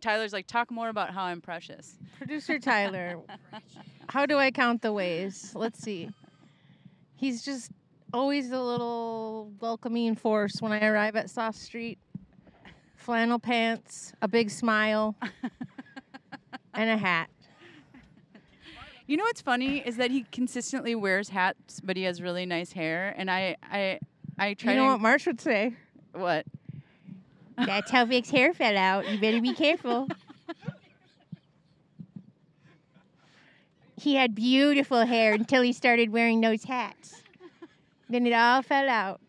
Tyler's like, talk more about how I'm precious. Producer Tyler, how do I count the ways? Let's see. He's just always the little welcoming force when I arrive at Soft Street. Flannel pants, a big smile, and a hat. You know what's funny is that he consistently wears hats, but he has really nice hair, and I I I try You know to what Marsh would say? what? That's how Vic's hair fell out. You better be careful. he had beautiful hair until he started wearing those hats. Then it all fell out.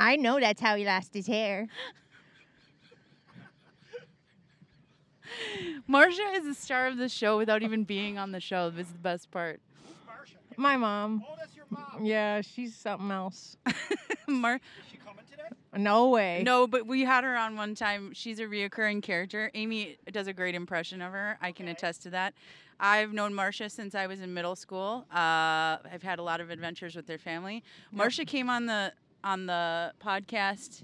I know that's how he lost his hair. Marcia is the star of the show without even being on the show. This is the best part. Marsha. My mom. Oh, that's your mom. Yeah, she's something else. Mar- Is she coming today? No way. no, but we had her on one time. She's a reoccurring character. Amy does a great impression of her. I can attest to that. I've known Marcia since I was in middle school. Uh, I've had a lot of adventures with their family. Marcia came on the on the podcast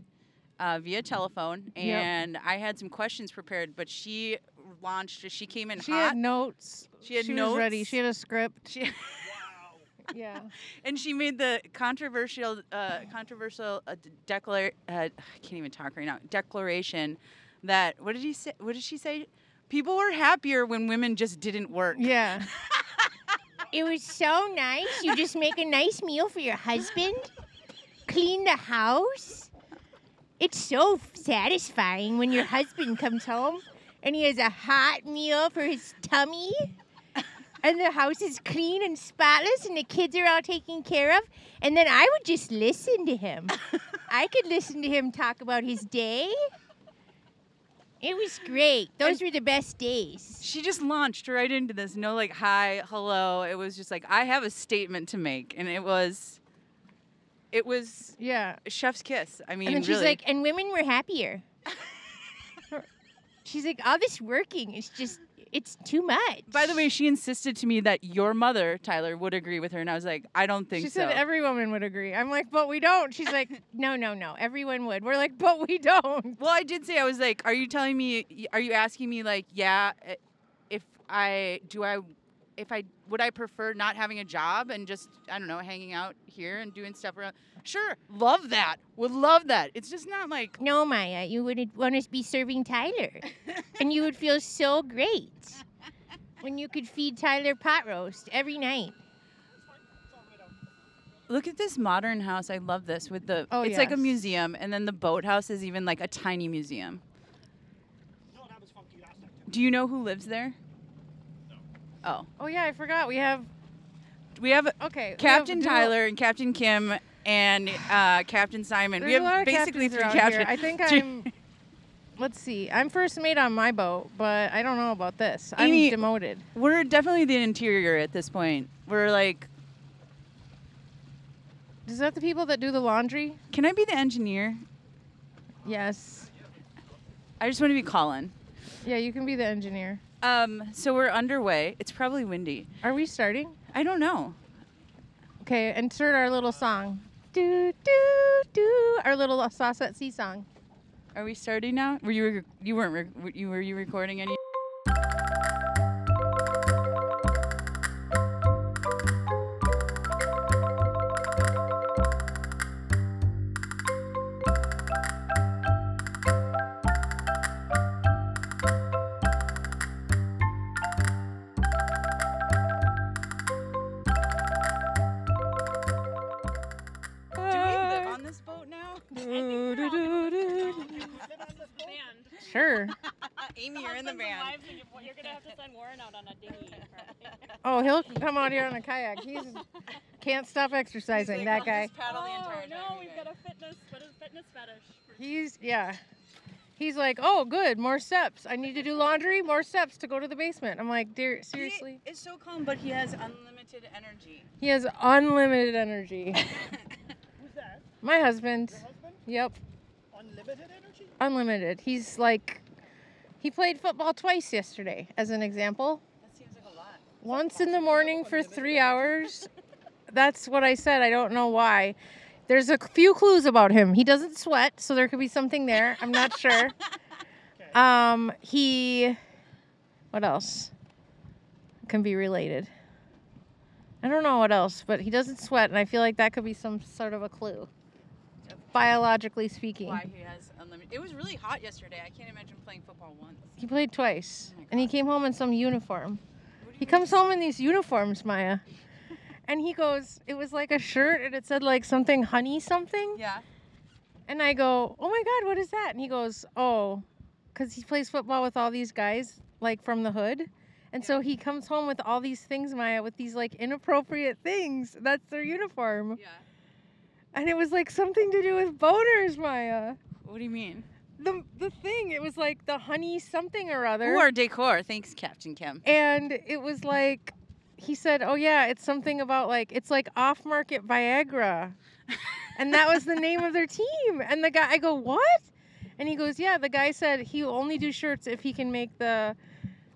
uh, via telephone, Yep. and I had some questions prepared, but she launched. She came in She hot. had notes. She had she was ready. notes. She had a script. she Wow. Yeah. and she made the controversial uh, controversial uh, declar uh, I can't even talk right now declaration that what did he say what did she say people were happier when women just didn't work Yeah. It was so nice. You just make a nice meal for your husband, clean the house. It's so satisfying when your husband comes home and he has a hot meal for his tummy, and the house is clean and spotless, and the kids are all taken care of. And then I would just listen to him. I could listen to him talk about his day. It was great. Those were the best days. she just launched right into this no like hi hello it was just like I have a statement to make and it was it was Yeah. chef's kiss I mean And then really she's like, and women were happier. she's like, all this working is just, it's too much. by the way she insisted to me that your mother Tyler would agree with her and I was like I don't think She so said every woman would agree. I'm like, but we don't. She's like, no, no, no. Everyone would. We're like, but we don't. Well, I did say I was like, "Are you telling me? Are you asking me like, yeah, i- if I do I, if I would I prefer not having a job and just I don't know hanging out here and doing stuff around? Sure, love that. Would love that. It's just not like No, Maya, you wouldn't want to be serving Tyler. and you would feel so great when you could feed Tyler pot roast every night. look at this modern house. I love this with the. Oh, it's like a yes. museum, and then the boathouse is even like a tiny museum. No, that was funky last time. Do you know who lives there? Oh, Oh yeah, I forgot. We have we have okay. we have Captain dual- Tyler and Captain Kim and uh, Captain Simon. There's we a lot have of basically captains three around captains. Here. I think Three- I'm. Let's see. I'm first mate on my boat, but I don't know about this. Amy- I'm demoted. We're definitely the interior at this point. We're like, Is that the people that do the laundry? can I be the engineer? Yes. I just want to be Colin. Yeah, you can be the engineer. Um, so we're underway. It's probably windy. Are we starting? I don't know. Okay, insert our little song. Do do do. Our little sauce at sea song. Are we starting now? Were you rec- you weren't rec- were you were you recording any? Do we live on this boat now? Sure. Uh, Amy, you're in the van. You're gonna have to send Warren out on a dinghy. Oh, he'll come out here on a kayak. He's can't stop exercising. that guy. Oh no, we've got a fitness. What is fitness fetish? He's yeah. He's like, oh, good, more steps. I need to do laundry, more steps to go to the basement. I'm like, dear, seriously. It's so calm, but he has unlimited energy. He has unlimited energy. Who's that? My husband. Your husband? Yep, Unlimited energy? unlimited. He's like, he played football twice yesterday, as an example. That seems like a lot. Once in the morning for three hours. That's what I said. I don't know why. There's a few clues about him. He doesn't sweat, so there could be something there. I'm not sure. Okay. Um, he. What else can be related? I don't know what else, but he doesn't sweat, and I feel like that could be some sort of a clue, biologically speaking. Why he has unlimited? It was really hot yesterday. I can't imagine playing football once. He played twice, Oh my and he God. came home in some uniform. What do He you comes mean? home in these uniforms, Maya. And he goes, it was like a shirt and it said like something honey something. Yeah. And I go, oh my God, what is that? And he goes, oh, because he plays football with all these guys like from the hood. And so he comes home with all these things, Maya, with these like inappropriate things. That's their uniform. Yeah. And it was like something to do with boners, Maya. What do you mean? The, the thing, it was like the honey something or other. Or decor. Thanks, Captain Kim. and it was like he said oh yeah it's something about like it's like off market viagra and that was the name of their team and the guy i go what and he goes yeah the guy said he will only do shirts if he can make the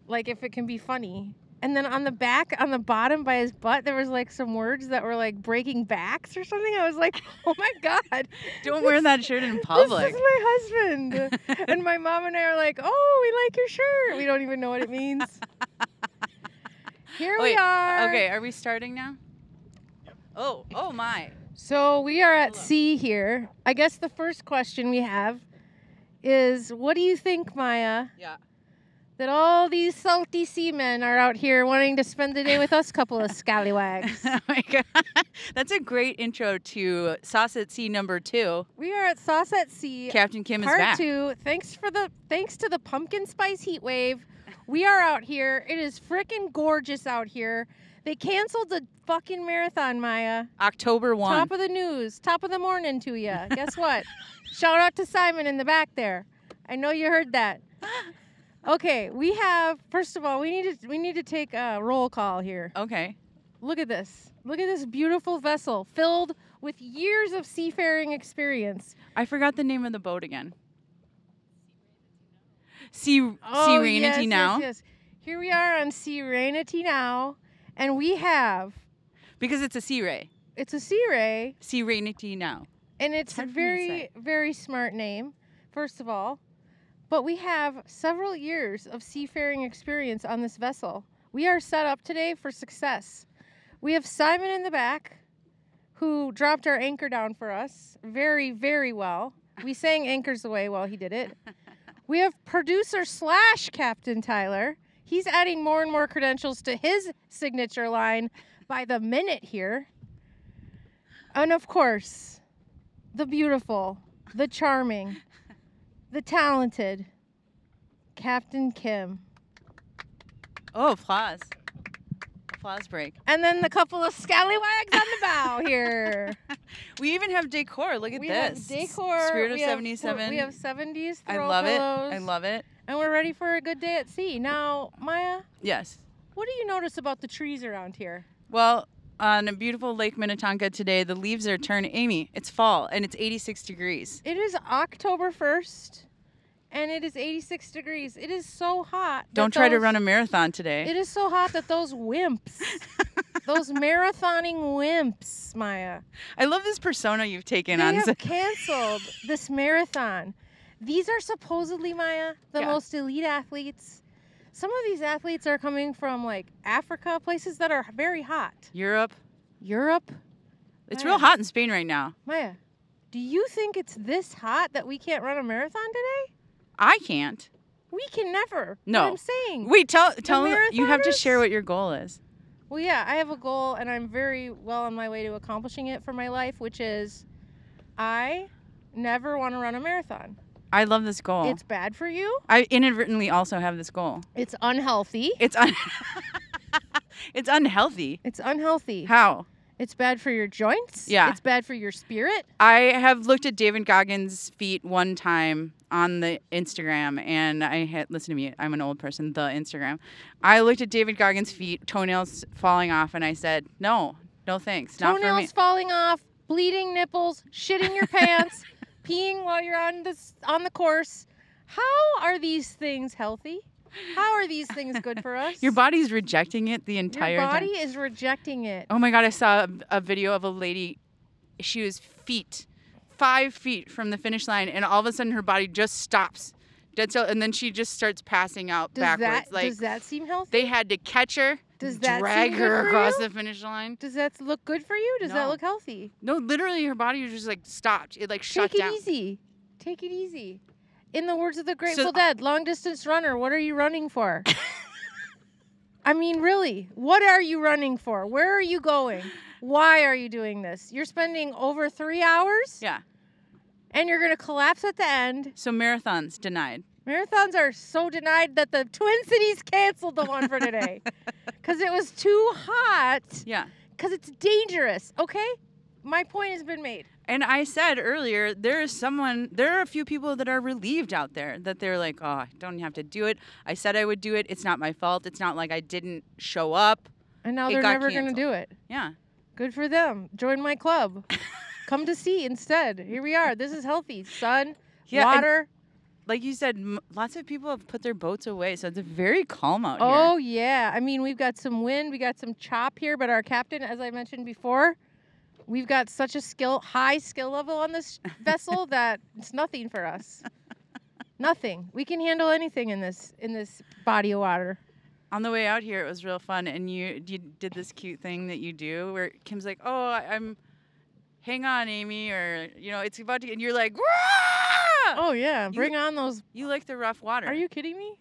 like if it can be funny and then on the back on the bottom by his butt there was like some words that were like breaking backs or something i was like oh my god Don't wear that shirt in this public. is my husband and my mom and I are like, "Oh, we like your shirt." We don't even know what it means. Here Wait, we are. Okay, are we starting now? Oh, oh my. So we are at Hold on. sea here. I guess the first question we have is, what do you think, Maya? Yeah. That all these salty seamen are out here wanting to spend the day with us, couple of scallywags. oh my god. That's a great intro to Sauce at Sea number two. we are at Sauce at Sea, Captain Kim is part back. two. Thanks for the thanks to the pumpkin spice heat wave, we are out here. It is freaking gorgeous out here. They canceled the fucking marathon, Maya. October one. Top of the news, top of the morning to you. Guess what? Shout out to Simon in the back there. I know you heard that. Okay, we have first of all, we need to we need to take a roll call here. okay. Look at this. Look at this beautiful vessel filled with years of seafaring experience. I forgot the name of the boat again. Sea Oh, Serenity yes, yes, now. yes. Here we are on Serenity now, and we have Because it's a sea ray. it's a sea ray, Serenity now. and it's a hard for me to very say. very smart name, first of all. But we have several years of seafaring experience on this vessel. We are set up today for success. We have Simon in the back, who dropped our anchor down for us very very well. We sang anchors away while he did it. We have producer slash Captain Tyler. He's adding more and more credentials to his signature line by the minute here. And of course, the beautiful, the charming, the talented Captain Kim. Oh, applause. Applause break. And then the couple of scallywags on the bow here. We even have decor. Look at we this. have decor. Spirit of we have- 77. we have 70s. I throw love it. I pillows, love it. And we're ready for a good day at sea. Now, Maya, Yes. What do you notice about the trees around here? Well, on a beautiful Lake Minnetonka today, the leaves are turning. Amy, it's fall and it's 86 degrees. It is October 1st and it is 86 degrees. It is so hot. Don't try to run a marathon today. It is so hot that those wimps, those marathoning wimps, Maya, I love this persona you've taken they on. have canceled this marathon. These are supposedly, Maya, the Yeah. most elite athletes. Some of these athletes are coming from like Africa, places that are very hot. Europe. Europe, It's Wow. real hot in Spain right now. Maya. Do you think it's this hot that we can't run a marathon today? I can't. We can never. No. What I'm saying. Wait, tell tell me you have to marathoners? share what your goal is. well, yeah, I have a goal, and I'm very well on my way to accomplishing it for my life, which is I never want to run a marathon. I love this goal. It's bad for you. I inadvertently also have this goal. It's unhealthy. It's un- It's unhealthy. It's unhealthy. How? It's bad for your joints. Yeah. It's bad for your spirit. I have looked at David Goggins' feet one time on the Instagram, and I had listen to me. I'm an old person. The Instagram. I looked at David Goggins' feet, toenails falling off, and I said, "No, no thanks, not for me." Toenails falling off, bleeding nipples, shitting your pants, peeing while you're on the s- on the course. How are these things healthy? How are these things good for us? Your body's rejecting it the entire Your body time. is rejecting it. Oh my god! I saw a, a video of a lady. She was feet, five feet from the finish line, and all of a sudden her body just stops, Dead still, and then she just starts passing out Does backwards. that like does that seem healthy? they had to catch her, does that drag seem her good across for you? the finish line. Does that look good for you? Does that No. look healthy? No, literally, her body was just like stopped. It like shut Take down. it easy. Take it easy. In the words of the Grateful uh, Dead, long distance runner, what are you running for? I mean, really, what are you running for? Where are you going? Why are you doing this? You're spending over three hours? Yeah. And you're going to collapse at the end. So marathons denied. Marathons are so denied that the Twin Cities canceled the one for today because it was too hot, Yeah. because it's dangerous, okay? My point has been made. And I said earlier, there is someone, there are a few people that are relieved out there that they're like, oh, I don't have to do it. I said I would do it. It's not my fault. It's not like I didn't show up. And now It they're got never going to canceled. do it. Yeah. Good for them. Join my club. Come to see instead. Here we are. This is healthy. Sun, Yeah. and water. like you said, m- lots of people have put their boats away. So it's very calm out here. Oh yeah. I mean, we've got some wind. We got some chop here, but our captain, as I mentioned before, we've got such a skill, high skill level on this vessel that it's nothing for us. nothing. We can handle anything in this in this body of water. On the way out here, it was real fun. And you, you did this cute thing that you do where Kim's like, oh, I- I'm, hang on, Amy, or, you know, it's about to, and you're like, "Rah!" Oh yeah. You- Bring on those. you like the rough water. Are you kidding me?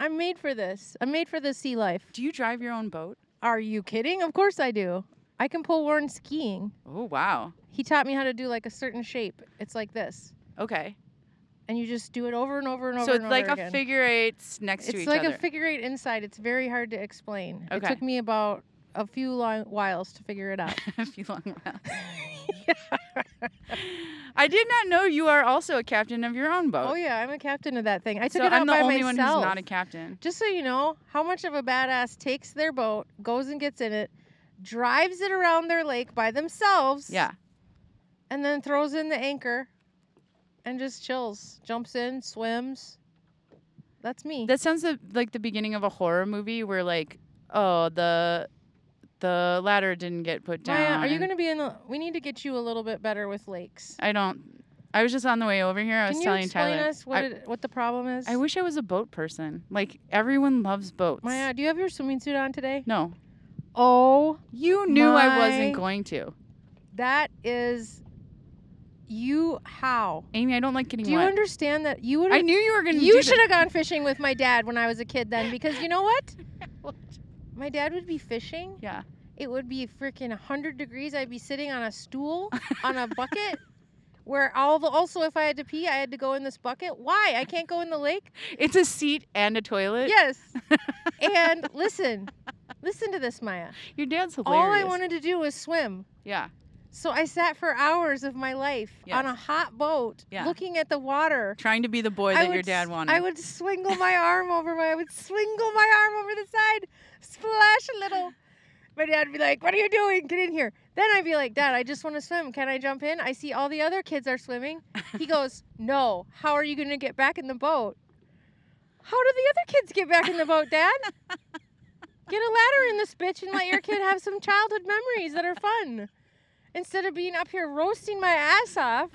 I'm made for this. I'm made for the sea life. do you drive your own boat? Are you kidding? Of course I do. I can pull Warren skiing. Oh, wow. He taught me how to do like a certain shape. It's like this. Okay. And you just do it over and over and over So it's and over like a again. figure eights next to It's each like other. a figure eight inside. It's very hard to explain. It Okay. took me about a few long whiles to figure it out. a few long miles. I did not know you are also a captain of your own boat. oh yeah, I'm a captain of that thing. I took Uh, so it out I'm the by only one myself. who's not a captain. Just so you know, how much of a badass takes their boat, goes and gets in it, drives it around their lake by themselves. Yeah. and then throws in the anchor and just chills jumps in swims that's me That sounds the- like the beginning of a horror movie where like, oh, the the ladder didn't get put down. Maya, Oh, are you and- going to be in the we need to get you a little bit better with lakes I don't I was just on the way over here. I was can you telling explain Tyler. us what I, it, what the problem is I wish I was a boat person. Like everyone loves boats. Maya, do you have your swimming suit on today? no. Oh, You knew I wasn't My- going to. that is you. How Amy, I don't like getting do you wet. understand that you would? I knew you were going to You should have gone fishing with my dad when I was a kid then, because you know what? What? My dad would be fishing. Yeah. It would be freaking 100 degrees. I'd be sitting on a stool on a bucket where all the, also if I had to pee, I had to go in this bucket. Why? I can't go in the lake? It's a seat and a toilet. Yes. and listen. Listen to this, Maya. Your dad's hilarious. All I wanted to do was swim. Yeah. So I sat for hours of my life on a Yes. hot boat Yeah. looking at the water. Trying to be the boy I that your would dad s- wanted. I would swingle my arm over my I would swingle my arm over the side, splash a little. My dad'd be like, What are you doing? Get in here. Then I'd be like, Dad, I just want to swim. Can I jump in? I see all the other kids are swimming. He goes, No. How are you gonna get back in the boat? How do the other kids get back in the boat, Dad? Get a ladder in this bitch and let your kid have some childhood memories that are fun. Instead of being up here roasting my ass off.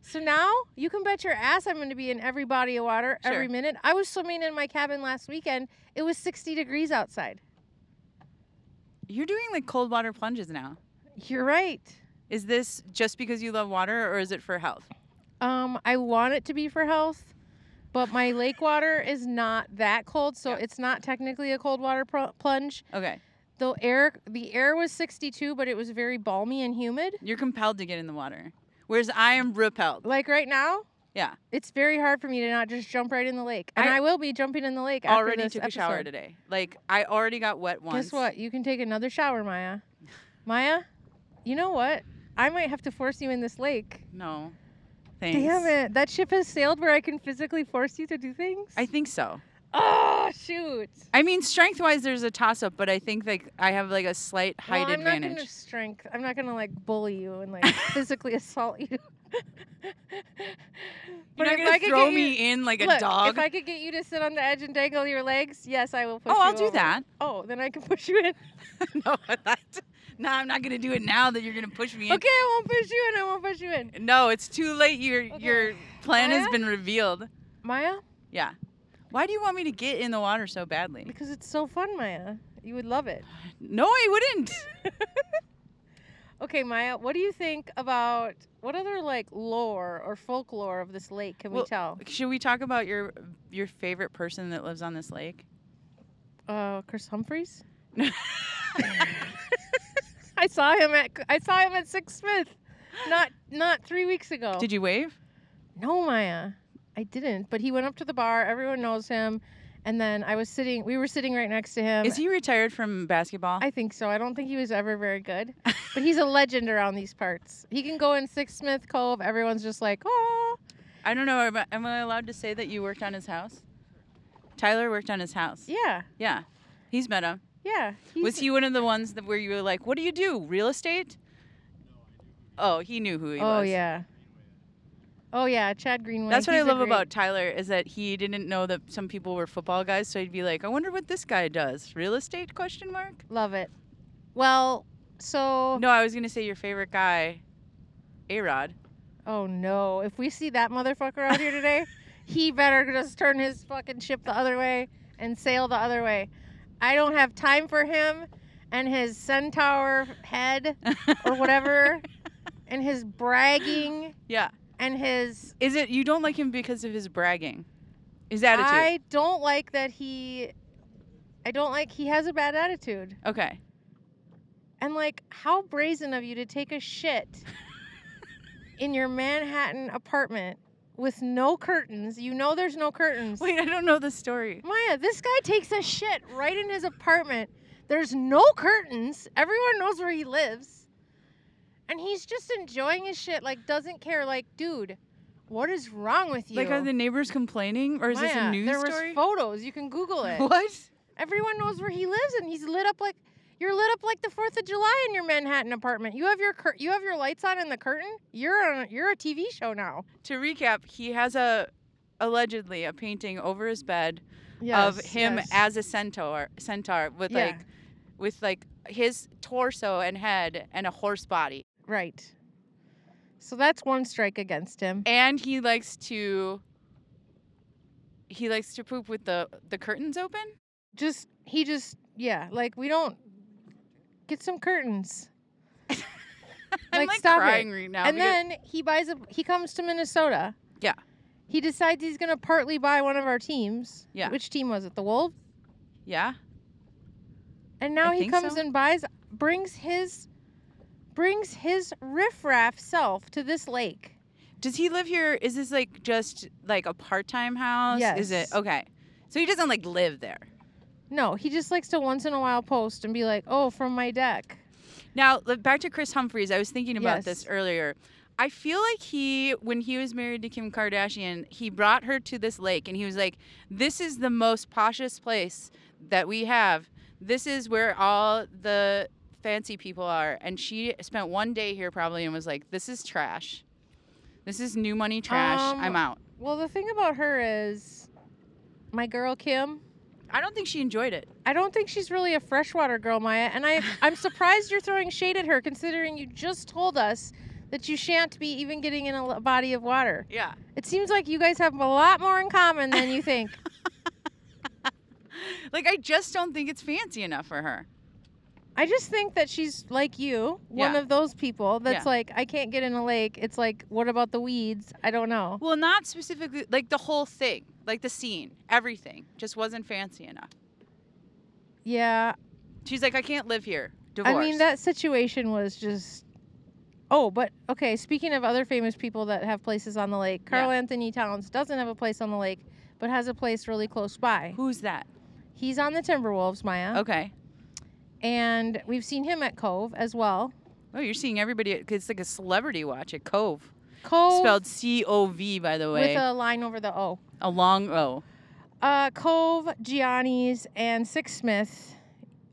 So now you can bet your ass I'm going to be in every body of water every Sure. minute. I was swimming in my cabin last weekend. It was 60 degrees outside. You're doing like cold water plunges now. You're right. Is this just because you love water or is it for health? Um, I want it to be for health, but my lake water is not that cold, so Yeah. it's not technically a cold water pr- plunge. Okay. The air, the air was 62, but it was very balmy and humid. You're compelled to get in the water. Whereas I am repelled. Like right now, Yeah. it's very hard for me to not just jump right in the lake, and I, I will be jumping in the lake. After Already this took a shower episode. today. Like I already got wet once. Guess what? You can take another shower, Maya. Maya, you know what? I might have to force you in this lake. No. Thanks. Damn it. That ship has sailed where I can physically force you to do things? I think so. oh, shoot. I mean, strength wise, there's a toss up, but I think like I have like a slight height well, I'm advantage. not going to strength. I'm not going to like bully you and like physically assault you. You're if not I gonna could throw get you- me in like a Look, dog. If I could get you to sit on the edge and dangle your legs, yes, I will push oh, you I'll do over. that. Oh, then I can push you in. no, that, no, I'm not gonna do it now that you're gonna push me in. Okay, I won't push you in. I won't push you in. No, it's too late. Your Okay. your plan has Maya? been revealed. Maya, Yeah. Why do you want me to get in the water so badly? Because it's so fun, Maya. You would love it. No, I wouldn't. Okay, Maya, what do you think about what other like lore or folklore of this lake can Well, we tell? Should we talk about your your favorite person that lives on this lake? Uh, Chris Humphreys. I saw him at I saw him at Sixth Smith, not not three weeks ago. Did you wave? No, Maya, I didn't. But he went up to the bar. Everyone knows him. And then I was sitting. We were sitting right next to him. Is he retired from basketball? Um, I think so. I don't think he was ever very good, but he's a legend around these parts. He can go in Sixth Smith Cove. Everyone's just like, oh, I don't know. Am I, am I allowed to say that you worked on his house? Tyler worked on his house. yeah, Yeah. He's met him. yeah. Was he's- he one of the ones that where you were like, "What do you do? Real estate?" Oh, he knew who he oh was. yeah. Oh yeah, Chad Greenway. That's what I he's a love great- about Tyler is that he didn't know that some people were football guys, so he'd be like, "I wonder what this guy does. Real estate?" Question mark. Love it. Well, so No, I was gonna say your favorite guy, A Rod. oh no, if we see that motherfucker out here today, he better just turn his fucking ship the other way and sail the other way. I don't have time for him and his sun tower head or whatever and his bragging yeah. and his Is it you don't like him because of his bragging, his attitude? I don't like that he I don't like he has a bad attitude. okay. And like, how brazen of you to take a shit in your Manhattan apartment with no curtains. You know there's no curtains. Wait, I don't know the story. Maya, this guy takes a shit right in his apartment. There's no curtains. Everyone knows where he lives. And he's just enjoying his shit, like doesn't care. Like, dude, what is wrong with you? Like, are the neighbors complaining, or is this a Maya, news there story? was photos. You can Google it. what? Everyone knows where he lives, and he's lit up like you're lit up like the Fourth of July in your Manhattan apartment. You have your cur- you have your lights on in the curtain. You're on, you're a TV show now. To recap, he has a allegedly a painting over his bed of him as a centaur, centaur with Yeah. like, with like his torso and head and a horse body, right. So that's one strike against him. and he likes to. He likes to poop with the the curtains open. Just he just yeah, like we don't get some curtains. I'm Like, like stop it. crying right now. and because- then he buys a he comes to Minnesota. Yeah. He decides he's gonna partly buy one of our teams. Yeah. Which team was it? The Wolves. yeah, And now I he think comes so. and buys brings his brings his riffraff self to this lake. Does he live here? Is this like just like a part time house? Is it Yes. okay? So he doesn't like live there. No, he just likes to once in a while post and be like, "Oh, from my deck." Now li- back to Chris Humphries. I was thinking about this Yes. earlier. I feel like he, when he was married to Kim Kardashian, he brought her to this lake, and he was like, "This is the most poshest place that we have. This is where all the fancy people are." And she spent one day here probably and was like, "This is trash. This is new money trash. Um, I'm out." Well, the thing about her is my girl Kim, I don't think she enjoyed it. I don't think she's really a freshwater girl, Maya, and I I'm surprised you're throwing shade at her considering you just told us that you shan't be even getting in a l- body of water. Yeah. It seems like you guys have a lot more in common than you think. Like I just don't think it's fancy enough for her. I just think that she's like you, one Yeah. of those people that's Yeah. like, I can't get in a lake. It's like, what about the weeds? I don't know. Well, not specifically like the whole thing, like the scene, everything just wasn't fancy enough. Yeah. She's like, I can't live here. Divorce. I mean, that situation was just. Oh, but okay. Speaking of other famous people that have places on the lake, Carl Anthony Towns doesn't have a place on the lake, but has a place really close by. Who's that? He's on the Timberwolves, Maya. Okay. And we've seen him at Cove as well. Oh, you're seeing everybody. It's like a celebrity watch at Cove, Cove spelled C O V, by the way, oh. Oh. with a, a line over the O. long O. Uh, Cove, Gianni's, and Six Smith.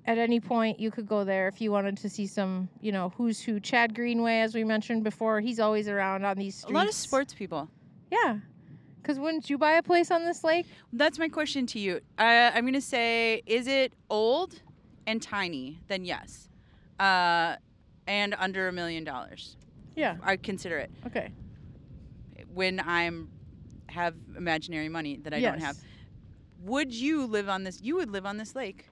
At any point, you could go there if you wanted to see some, you know, who's who. Chad Greenway, as we mentioned before, he's always around on these streets. A lot of sports people. Yeah. Because wouldn't you buy a place on this lake? That's my question to you. Uh, I'm gonna say, is it old and tiny? Then yes, uh, and under a million dollars. Yeah. I consider it. Okay. when I'm have imaginary money that I don't have. Yes. Would you live on this? You would live on this lake.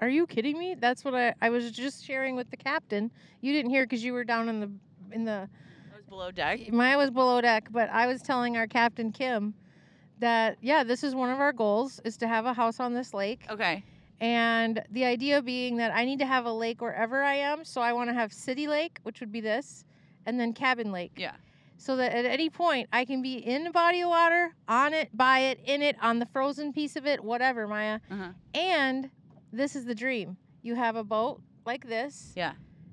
Are you kidding me? That's what I, I was just sharing with the captain. You didn't hear because you were down in the in the I was below deck. mine was below deck, but I was telling our captain Kim that yeah, this is one of our goals is to have a house on this lake. Okay. And the idea being that I need to have a lake wherever I am, so I want to have city lake, which would be this, and then cabin lake. Yeah. So that at any point I can be in a body of water, on it, by it, in it, on the frozen piece of it, whatever, Maya. Uh-huh. And this is the dream. You have a boat like this. Yeah.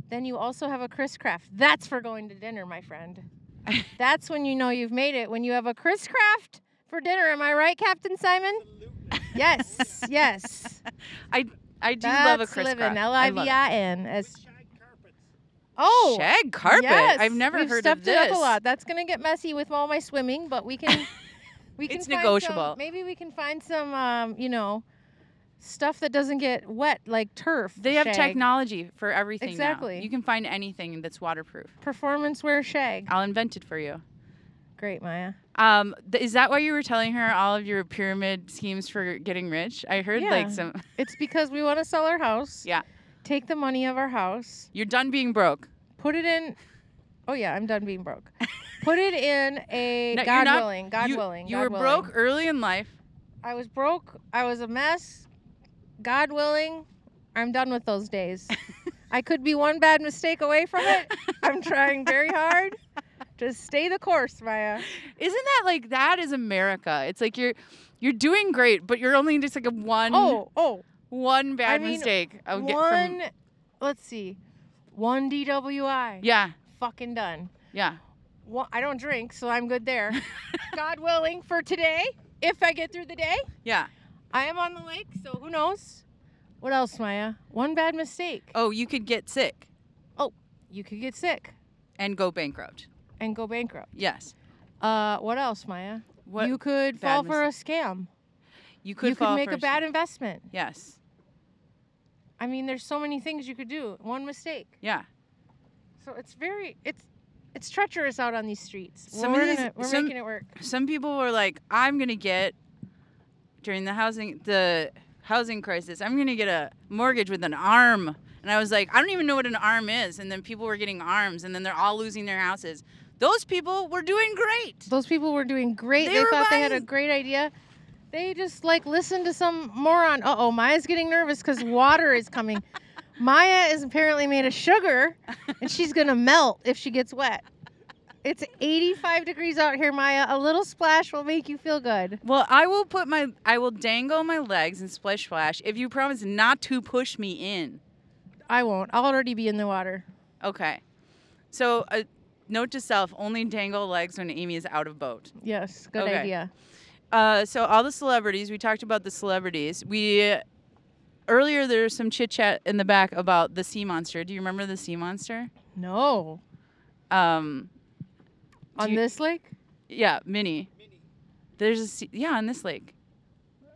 Then you also have a Chris Craft. That's for going to dinner, my friend. That's when you know you've made it. When you have a Chris Craft for dinner, am I right, Captain Simon? Absolutely. Yes, yes. I do That's love a Chris living. Craft. L I I love V it. I N. With As shag carpets. oh, shag carpet. yes, I've never we've heard stepped of this. it up a lot. That's gonna get messy with all my swimming, but we can. We can It's find some- negotiable. maybe we can find some, um, you know, stuff that doesn't get wet like turf. They have shag. technology for everything. now. Exactly. You can find anything that's waterproof. performance wear shag. I'll invent it for you. Great, Maya. Um, th- is that why you were telling her all of your pyramid schemes for getting rich? I heard like Yeah. some. It's because we want to sell our house. Yeah. Take the money of our house, You're done being broke. put it in. Oh yeah, I'm done being broke. Put it in a No, you're God not- willing, God you, willing. You God were willing. broke early in life. I was broke. I was a mess. God willing, I'm done with those days. I could be one bad mistake away from it. I'm trying very hard. Just stay the course, Maya. Isn't that like that is America? It's like you're you're doing great, but you're only just like a one Oh, oh, one bad mean, mistake. I'll get from- one. Let's see, one DWI. yeah, Fucking done. yeah. Well, I don't drink, so I'm good there. God willing, for today, if I get through the day, Yeah. I am on the lake, so who knows? What else, Maya? One bad mistake. Oh, you could get sick You could get sick and go bankrupt. and go bankrupt. Yes. Uh, what else, Maya? What You could bad fall for a scam. you could you could fall make for a bad investment. Yes. I mean, there's so many things you could do. One mistake. Yeah. So it's very it's it's treacherous out on these streets. Well, Some of we're these- gonna- we're some- making it work. some people were like, "I'm gonna get during the housing the housing crisis. I'm gonna get a mortgage with an arm." And I was like, "I don't even know what an arm is." And then people were getting arms, and then they're all losing their houses. Those people were doing great. Those people were doing great. They They, were thought they had a right. great idea. They just like listened to some moron. Uh oh, Maya's getting nervous because water is coming. Maya is apparently made of sugar and she's going to melt if she gets wet. It's 85 degrees out here, Maya. A little splash will make you feel good. Well, I will put my I will dangle my legs and splish splash if you promise not to push me in. I won't. I'll already be in the water. Okay. So, uh, note to self: only dangle legs when Amy is out of boat. Yes, good Okay. idea. Uh, so all the celebrities we talked about the celebrities we earlier there was some chit chat in the back about the sea monster do you remember the sea monster No. um Do On you- this lake? yeah minnie Mini. there's a sea, yeah on this lake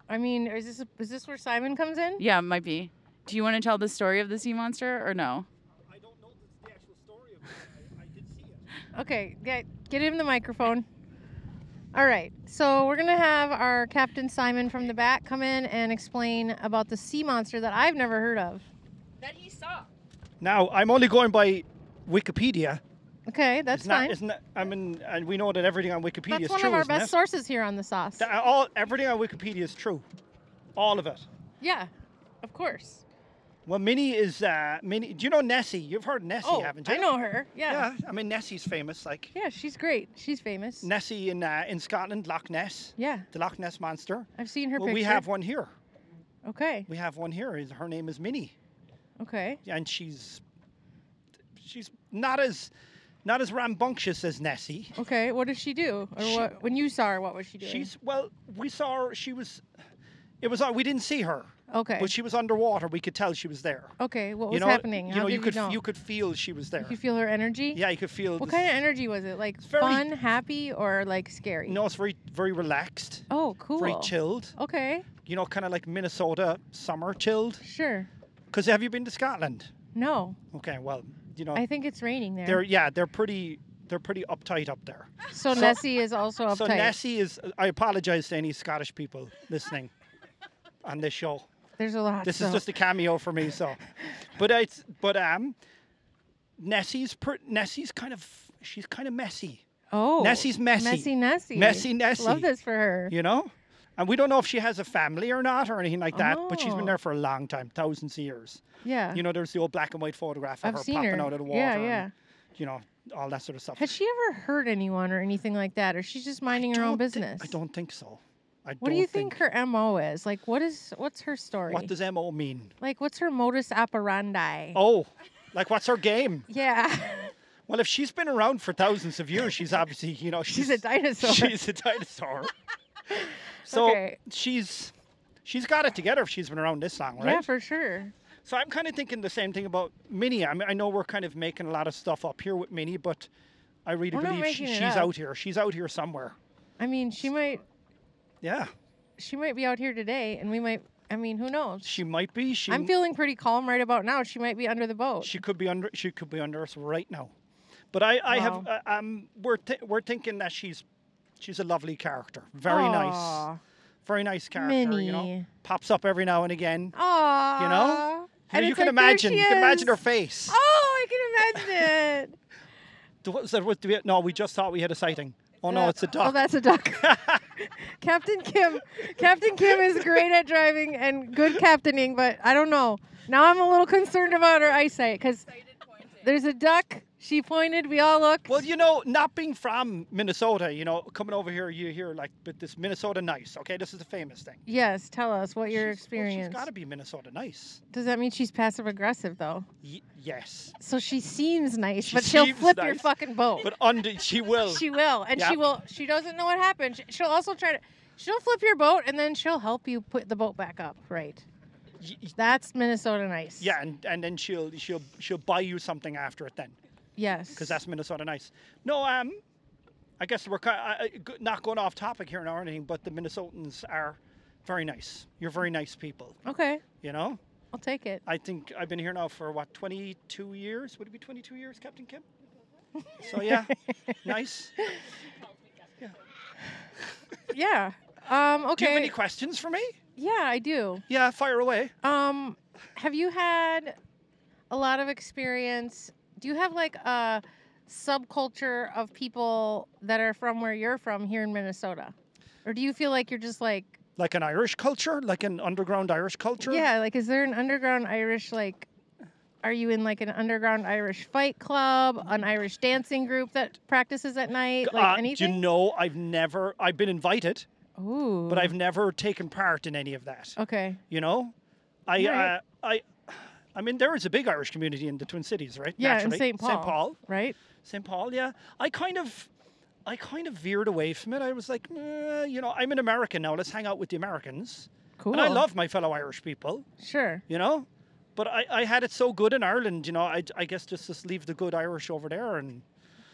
I mean, is this is this where Simon comes in? yeah it might be do you want to tell the story of the sea monster or no I don't know the, the actual story of it. I, I did see it. Okay, get get him the microphone. All right, so we're gonna have our Captain Simon from the back come in and explain about the sea monster that I've never heard of. that he saw Now I'm only going by Wikipedia. Okay, that's It's not- fine. Isn't that, I mean, and we know that everything on Wikipedia that's is one true. of our isn't best it? sources here on the sauce. That- uh, all everything on Wikipedia is true, all of it. yeah, of course. Well, Minnie is uh, Minnie. Do you know Nessie? You've heard Nessie, Oh, haven't you? I know her. Yeah. Yeah, I mean Nessie's famous. Like yeah, she's great. She's famous. Nessie in uh, in Scotland, Loch Ness, Yeah, the Loch Ness monster. I've seen her well, picture. we have one here. Okay, We have one here. Is- Her name is Minnie, okay. and she's she's not as not as rambunctious as Nessie. Okay, what does she do? Or She- what, when you saw her, what was she doing? She's well. We saw her. She was. It was. on- We didn't see her, okay. but she was underwater. We could tell she was there. okay, what was you know, happening? You How know, did you could know? f- you could feel she was there. Did you feel her energy? yeah, you could feel. What this- kind of energy was it? Like It's very- fun, happy, or like scary? No, it's very very relaxed, Oh, cool. very chilled. Okay, You know, kind of like Minnesota summer chilled. sure. Because have you been to Scotland? No, Okay, well, you know, I think it's raining there. they're yeah, they're pretty they're pretty uptight up there. So, Nessie is also uptight. So Nessie is. I apologize to any Scottish people listening on this show. There's a lot. This so. is just a cameo for me. So, but it's but um, Nessie's per, Nessie's kind of she's kind of messy, oh Nessie's messy. Messy Nessie. Messy Nessie. Love this for her. you know. And we don't know if she has a family or not or anything like that. But she's Oh. been there for a long time, thousands of years. Yeah. You know, there's the old black and white photograph of I've her seen popping her. out of the water. Yeah, and, yeah. you know, all that sort of stuff. Has she ever hurt anyone or anything like that, or she's just minding her own Don't thi- business? I don't think so. I What do don't you think, her mo is? Like, what is what's her story? What does MO mean? like, what's her modus operandi? Oh, like what's her game? Yeah, Well, if she's been around for thousands of years, she's obviously, you know, she's, she's a dinosaur. She's a dinosaur. so Okay. she's she's got it together if she's been around this long, right? Yeah, for sure. so I'm kind of thinking the same thing about Minnie. I mean, I know we're kind of making a lot of stuff up here with Minnie, but I really We're not believe she, making it she's up. out here. She's out here somewhere. I mean, she might Yeah, she might be out here today, and we might. I mean, who knows? she might be. She I'm feeling pretty calm right about now. She might be under the boat. She could be under. She could be under us right now. But I, I have. Wow. Uh, um, we're th- we're thinking that she's, she's a lovely character. Very nice. Aw, Very nice character. You know, Minnie. pops up every now and again. Aw. You know? You, And know, you it's can like, there imagine. she You can imagine her is. face. Oh, I can imagine it. D- What was that? What, do we- no, we just thought we had a sighting. Oh no, Yeah. it's a duck. Oh, that's a duck. Captain Kim. Captain Kim is great at driving and good captaining, but I don't know. Now I'm a little concerned about her eyesight because there's a duck. She pointed. We all looked. well, you know, not being from Minnesota, you know, coming over here, you hear like but this Minnesota nice. Okay, this is a famous thing. yes. Tell us what your She's- well, experience. she's got to be Minnesota nice. Does that mean she's passive aggressive though? Y- yes, So she seems nice, She but she'll seems flip your nice, fucking boat. but under she will. she will, and she Yeah. will. She doesn't know what happened. She- She'll also try to. She'll flip your boat, and then she'll help you put the boat back up. Right. y- y- That's Minnesota nice. Yeah, and, and then she'll she'll she'll buy you something after it then, Yes. because that's Minnesota nice. No, um, I guess we're ki- I- I- g- not going off topic here now or anything, but the Minnesotans are very nice. You're very nice people. okay. You know, I'll take it. I think I've been here now for what 22 years. Would it be 22 years, Captain Kim? So yeah, nice. Yeah. Um, Do you have any okay. questions for me? Yeah, I do. Yeah, fire away. Um, have you had a lot of experience? Do you have like a subculture of people that are from where you're from here in Minnesota? Or do you feel like you're just like, Like an Irish culture, like an underground Irish culture. yeah, like is there an underground Irish like are you in like an underground Irish fight club, an Irish dancing group that practices at night, like Uh, anything? Do you know? I've never. I've been invited, Ooh. but I've never taken part in any of that. Okay. You know, I Right. uh, I I mean there is a big Irish community in the Twin Cities, right? Yeah, in Naturally. St. Paul. St. Paul. Right? St. Paul. Yeah, I kind of I kind of veered away from it. I was like, "Nah, you know, I'm an American now. Let's hang out with the Americans. Cool. And I love my fellow Irish people. Sure. You know. But I, I had it so good in Ireland, you know. I, I guess just just leave the good Irish over there, and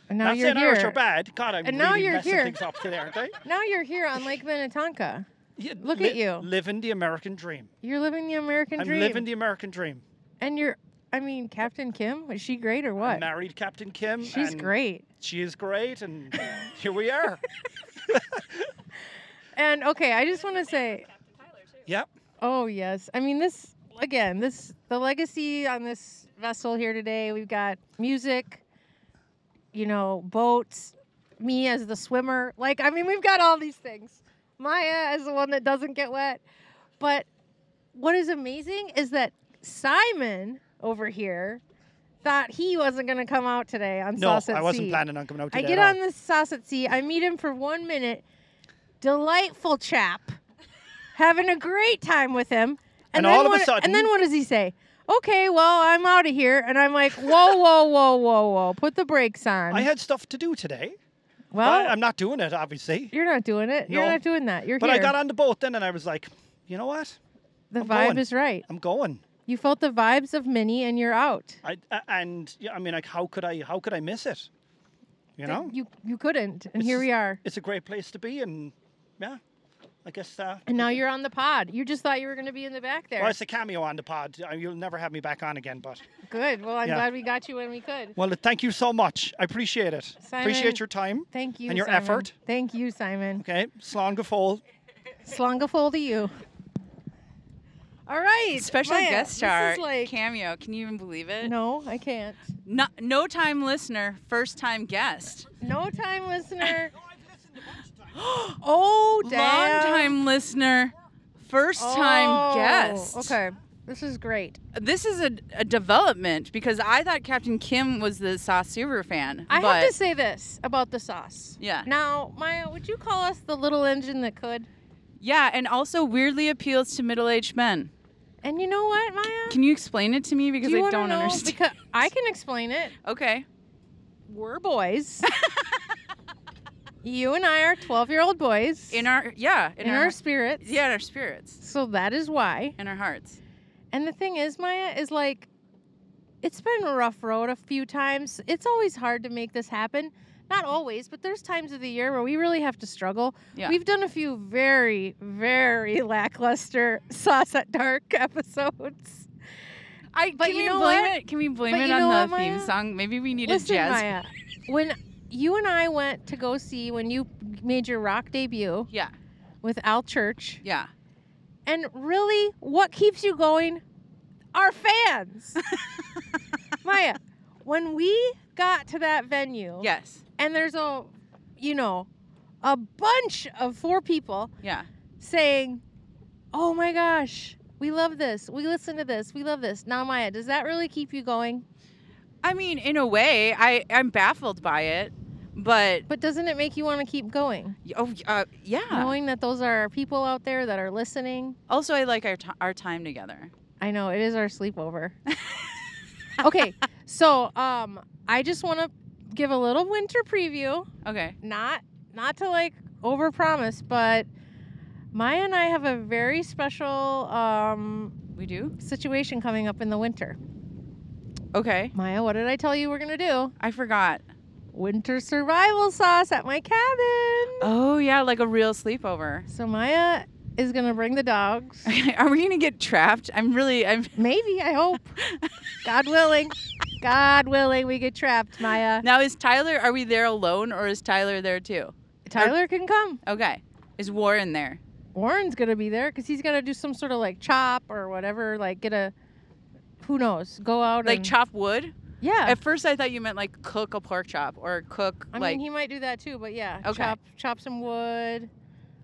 And now not you're saying here. Irish are bad. God, I'm And now really you're messing here. things up today, aren't I? Now you're here on Lake Minnetonka. Yeah, Look at you. living the American dream. You're living the American I'm dream. living the American dream. and you're, I mean, Captain Kim, was she great or I what? married Captain Kim. She's and great. she is great, and here we are. And okay, I just want to say, Captain Tyler, too. Yep. oh, yes. I mean, this, again, this, the legacy on this vessel here today, we've got music, you know, boats, me as the swimmer. Like, I mean, we've got all these things. Maya is the one that doesn't get wet. But what is amazing is that Simon over here thought he wasn't going to come out today on No, Sauce at I wasn't Sea. planning on coming out I today. get at on all. this Sauce at Sea. I meet him for one minute. Delightful chap. Having a great time with him. And then all of a what- sudden- And then what does he say? Okay, well, I'm out of here. And I'm like, whoa, whoa, whoa, whoa, whoa. Put the brakes on. I had stuff to do today. well, I, am not doing it, obviously. you're not doing it. You're No. not doing that. You're But here. I got on the boat then, and I was like, you know what? the I'm vibe going. is right. I'm going. You felt the vibes of Minnie, and you're out. I a- and yeah, I mean, like, how could I? How could I miss it? You know, you you couldn't, and It's here just- we are. it's a great place to be, and yeah, I guess. Uh, And now you're on the pod. You just thought you were going to be in the back there. well, it's a cameo on the pod. Uh, You'll never have me back on again, but. Good. Well, I'm Yeah. glad we got you when we could. Well, thank you so much. I appreciate it. Simon. Appreciate your time. Thank you. And your Simon. effort. Thank you, Simon. Okay, slán go fóill. Slongafol to you. All right. Special Maya, guest This star is like, cameo. Can you even believe it? no, I can't. No, no time listener, first time guest. No time listener. Oh, damn. long time listener, first time Oh, guest. Okay. This is great. this is a, a development because I thought Captain Kim was the Sauce Subaru fan. I but have to say this about the sauce. Yeah. Now, Maya, would you call us the little engine that could? yeah, and also weirdly appeals to middle-aged men. And you know what, Maya? Can you explain it to me because Do you I wanna don't know? understand? Because I can explain it. okay. We're boys. you and I are 12 year old boys In our yeah, in, in our, our spirits. yeah, in our spirits, So that is why. in our hearts. And the thing is, Maya, is like, it's been a rough road a few times. It's always hard to make this happen. Not always, but there's times of the year where we really have to struggle. Yeah. We've done a few very, very lackluster Sauce at Dark episodes. I But can you we know blame what? it? Can we blame But it you on know the what, theme Maya? song? Maybe we needed Listen, jazz. Maya, when you and I went to go see when you made your rock debut Yeah, with Al Church, yeah. and really, what keeps you going? Our fans. Maya, when we got to that venue, Yes. and there's a, you know, a bunch of four people Yeah. saying, "Oh my gosh, we love this. We listen to this. We love this." Now, Maya, does that really keep you going? I mean, in a way, I I'm baffled by it, but But doesn't it make you want to keep going, oh uh, yeah. knowing that those are people out there that are listening? Also, I like our t- our time together. I know it is our sleepover. okay, so um, I just want to give a little winter preview. Okay. Not not to like overpromise, but Maya and I have a very special um, We do? situation coming up in the winter. Okay. Maya, what did I tell you we're gonna do? I forgot. Winter survival sauce at my cabin. Oh, yeah, like a real sleepover. So Maya is gonna bring the dogs. Are we going to get trapped? I'm really, I'm. Maybe I hope, God willing, God willing, we get trapped. Maya, Now, is Tyler, are we there alone or is Tyler there too? Tyler can come. Okay. Is Warren there? Warren's gonna be there because he's gonna do some sort of like chop or whatever, like get a who knows, go out Like and, chop wood? Yeah, At first, I thought you meant like cook a pork chop or cook I like. mean he might do that too, but yeah, Okay. chop chop some wood,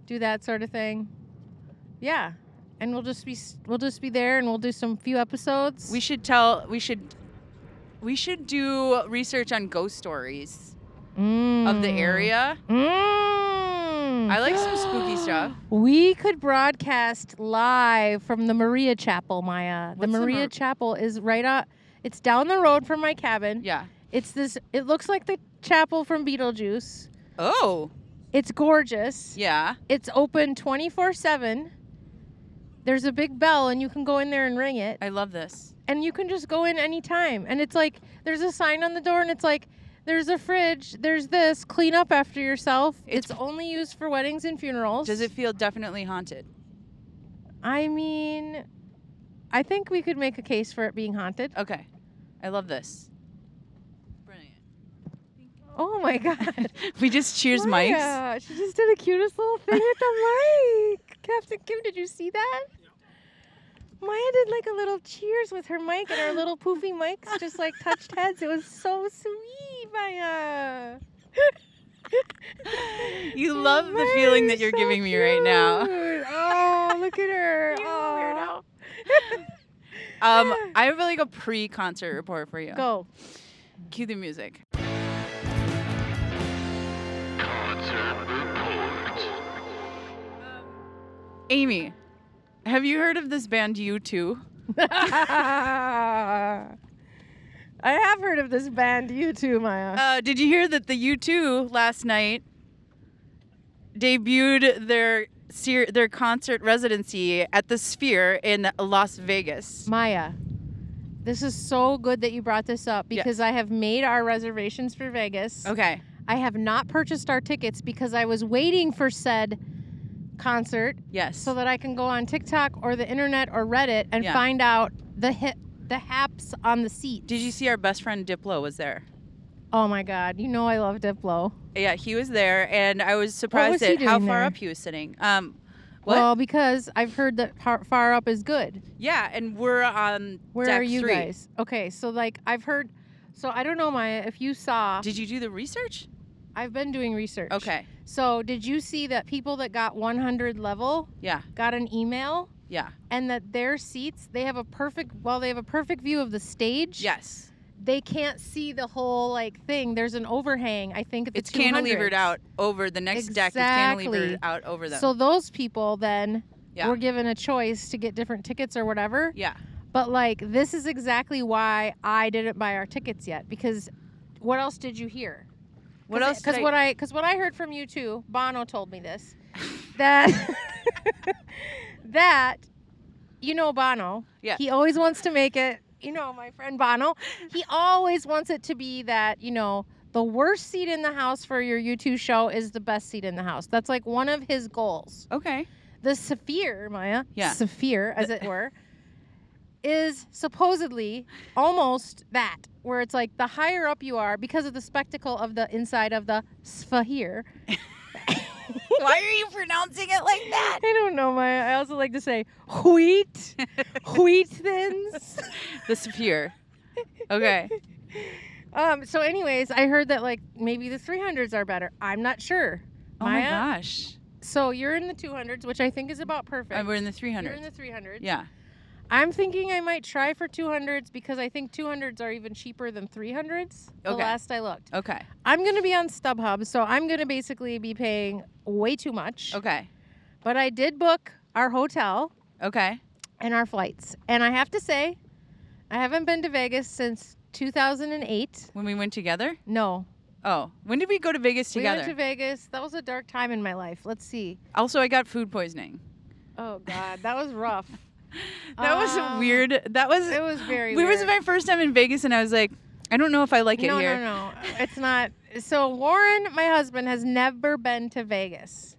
do that sort of thing. Yeah, and we'll just be s- we'll just be there and we'll do some few episodes. we should tell, we should, we should do research on ghost stories of the Mm. area. Mm. I like some spooky stuff. We could broadcast live from the Maria Chapel, Maya. What's the the Maria Mar- Chapel is right out. It's down the road from my cabin. Yeah. It's this. It looks like the chapel from Beetlejuice. Oh, It's gorgeous. yeah. It's open 24 7. There's a big bell, and you can go in there and ring it. I love this. And you can just go in anytime. And it's like, there's a sign on the door, and it's like, there's a fridge, there's this, clean up after yourself. It's, It's- only used for weddings and funerals. Does it feel definitely haunted? I mean, I think we could make a case for it being haunted. Okay. I love this. Brilliant. Oh my God. We just cheers mics. Maya, She just did the cutest little thing with the mic. Captain Kim, did you see that? Maya did like a little cheers with her mic, and our little poofy mics just like touched heads. It was so sweet, Maya. You love the feeling that you're so giving me right now. cute. Oh, look at her. You Aw. Um, I have like a pre-concert report for you. Go. Cue the music. Amy, have you heard of this band U2? I have heard of this band, you too, Maya. Uh, did you hear that the U2 last night debuted their ser- their concert residency at the Sphere in Las Vegas? Maya, this is so good that you brought this up Yes. because I have made our reservations for Vegas. Okay. I have not purchased our tickets because I was waiting for said concert Yes. so that I can go on TikTok or the internet or Reddit and Yeah. find out the hit the haps on the seat. Did you see our best friend Diplo was there? Oh my god, you know I love Diplo. Yeah, he was there, and I was surprised was he at how doing far there? up he was sitting. Um, what? Well, because I've heard that par- far up is good. yeah, and we're on Where deck are you three. guys? Okay, so like I've heard so I don't know Maya if you saw Did you do the research? I've been doing research. Okay. So did you see that people that got 100 level Yeah. got an email Yeah. and that their seats they have a perfect while they have a perfect view of the stage. Yes. They can't see the whole like thing. There's an overhang. I think at the It's cantilevered 200s. out over the next deck. It's Exactly. cantilevered out over them. So those people then yeah. were given a choice to get different tickets or whatever. yeah. But like this is exactly why I didn't buy our tickets yet because what else did you hear? What Cause else? Because did I- what I because what I heard from you too, Bono told me this that that you know Bono. Yeah. He always wants to make it. You know my friend Bono. He always wants it to be that you know the worst seat in the house for your U2 show is the best seat in the house. That's like one of his goals. okay. The Saphir, Maya. Yeah. Saphir, as it were. Is supposedly almost that, where it's like the higher up you are, because of the spectacle of the inside of the Saphir, Why are you pronouncing it like that? I don't know, Maya. I also like to say wheat, wheat thins. The Sapir. Okay. Um, so, anyways, I heard that like maybe the 300s are better. I'm not sure. Oh my Maya? gosh. So you're in the 200s, which I think is about perfect. And we're in the You're in 300s. the 300s. Yeah. I'm thinking I might try for 200s because I think 200s are even cheaper than 300s. The Okay. last I looked, Okay. I'm gonna be on StubHub, so I'm gonna basically be paying way too much. Okay. But I did book our hotel. Okay. and our flights. And I have to say, I haven't been to Vegas since 2008. When we went together? No, Oh, when did we go to Vegas we together? went to Vegas. That was a dark time in my life. Let's see. also, I got food poisoning. Oh God, that was rough. That was a Um, weird. That was. It was very. It was weird. my first time in Vegas, and I was like, I don't know if I like it no, here. no, no. It's not. So Warren, my husband, has never been to Vegas.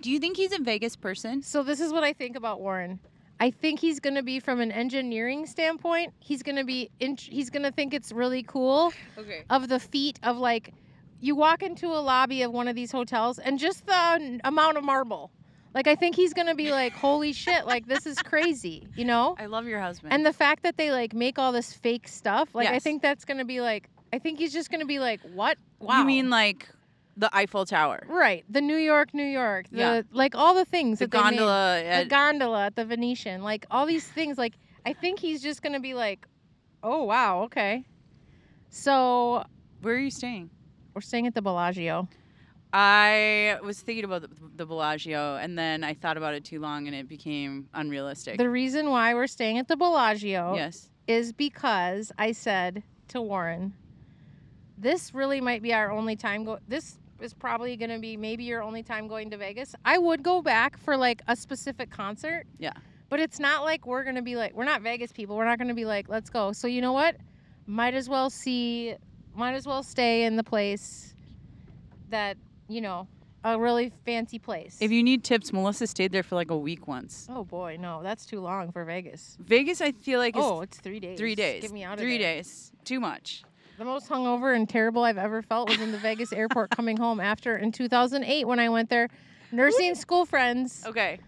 Do you think he's a Vegas person? So this is what I think about Warren. I think he's going to be from an engineering standpoint. He's going to be. In, he's going to think it's really cool. Okay. of the feet of like you walk into a lobby of one of these hotels and just the n- amount of marble like i think he's gonna be like holy shit like this is crazy you know I love your husband. and the fact that they like make all this fake stuff like i Yes. think that's gonna be like i think he's just gonna be like what wow You mean like the Eiffel Tower, right the new york new york the Yeah. like all the things the that they made. gondola? the At, gondola at the venetian like all these things like i think he's just gonna be like oh wow okay so where are you staying? we're staying at the bellagio I was thinking about the, the Bellagio, and then I thought about it too long, and it became unrealistic. The reason why we're staying at the Bellagio yes. is because I said to Warren, this really might be our only time go this is probably going to be maybe your only time going to Vegas. I would go back for like a specific concert. Yeah. But it's not like we're going to be like we're not Vegas people. We're not going to be like let's go. So you know what? Might as well see might as well stay in the place that, you know, a really fancy place. If you need tips, Melissa stayed there for like a week once. Oh boy, no, that's too long for Vegas. Vegas, I feel like is Oh, it's three days. three days. Get me out of three there. days. Too much. The most hungover and terrible I've ever felt was in the Vegas airport coming home after in 2008 when I went there. Nursing school friends, Okay.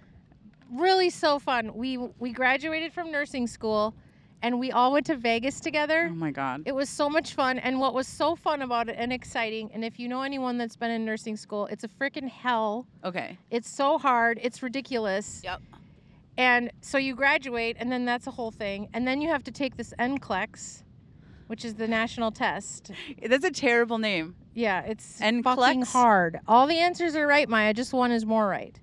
really so fun. We we graduated from nursing school, and we all went to Oh Vegas together. my God. It was so much fun, and what was so fun about it and exciting. And if you know anyone that's been in nursing school, it's a freaking hell. Okay. It's so hard. It's ridiculous. Yep. And so you graduate, and then that's a whole thing. And then you have to take this NCLEX, which is the national test. That's a terrible name. Yeah, it's fucking NCLEX? hard. All the answers are right, Maya. Just one is more right.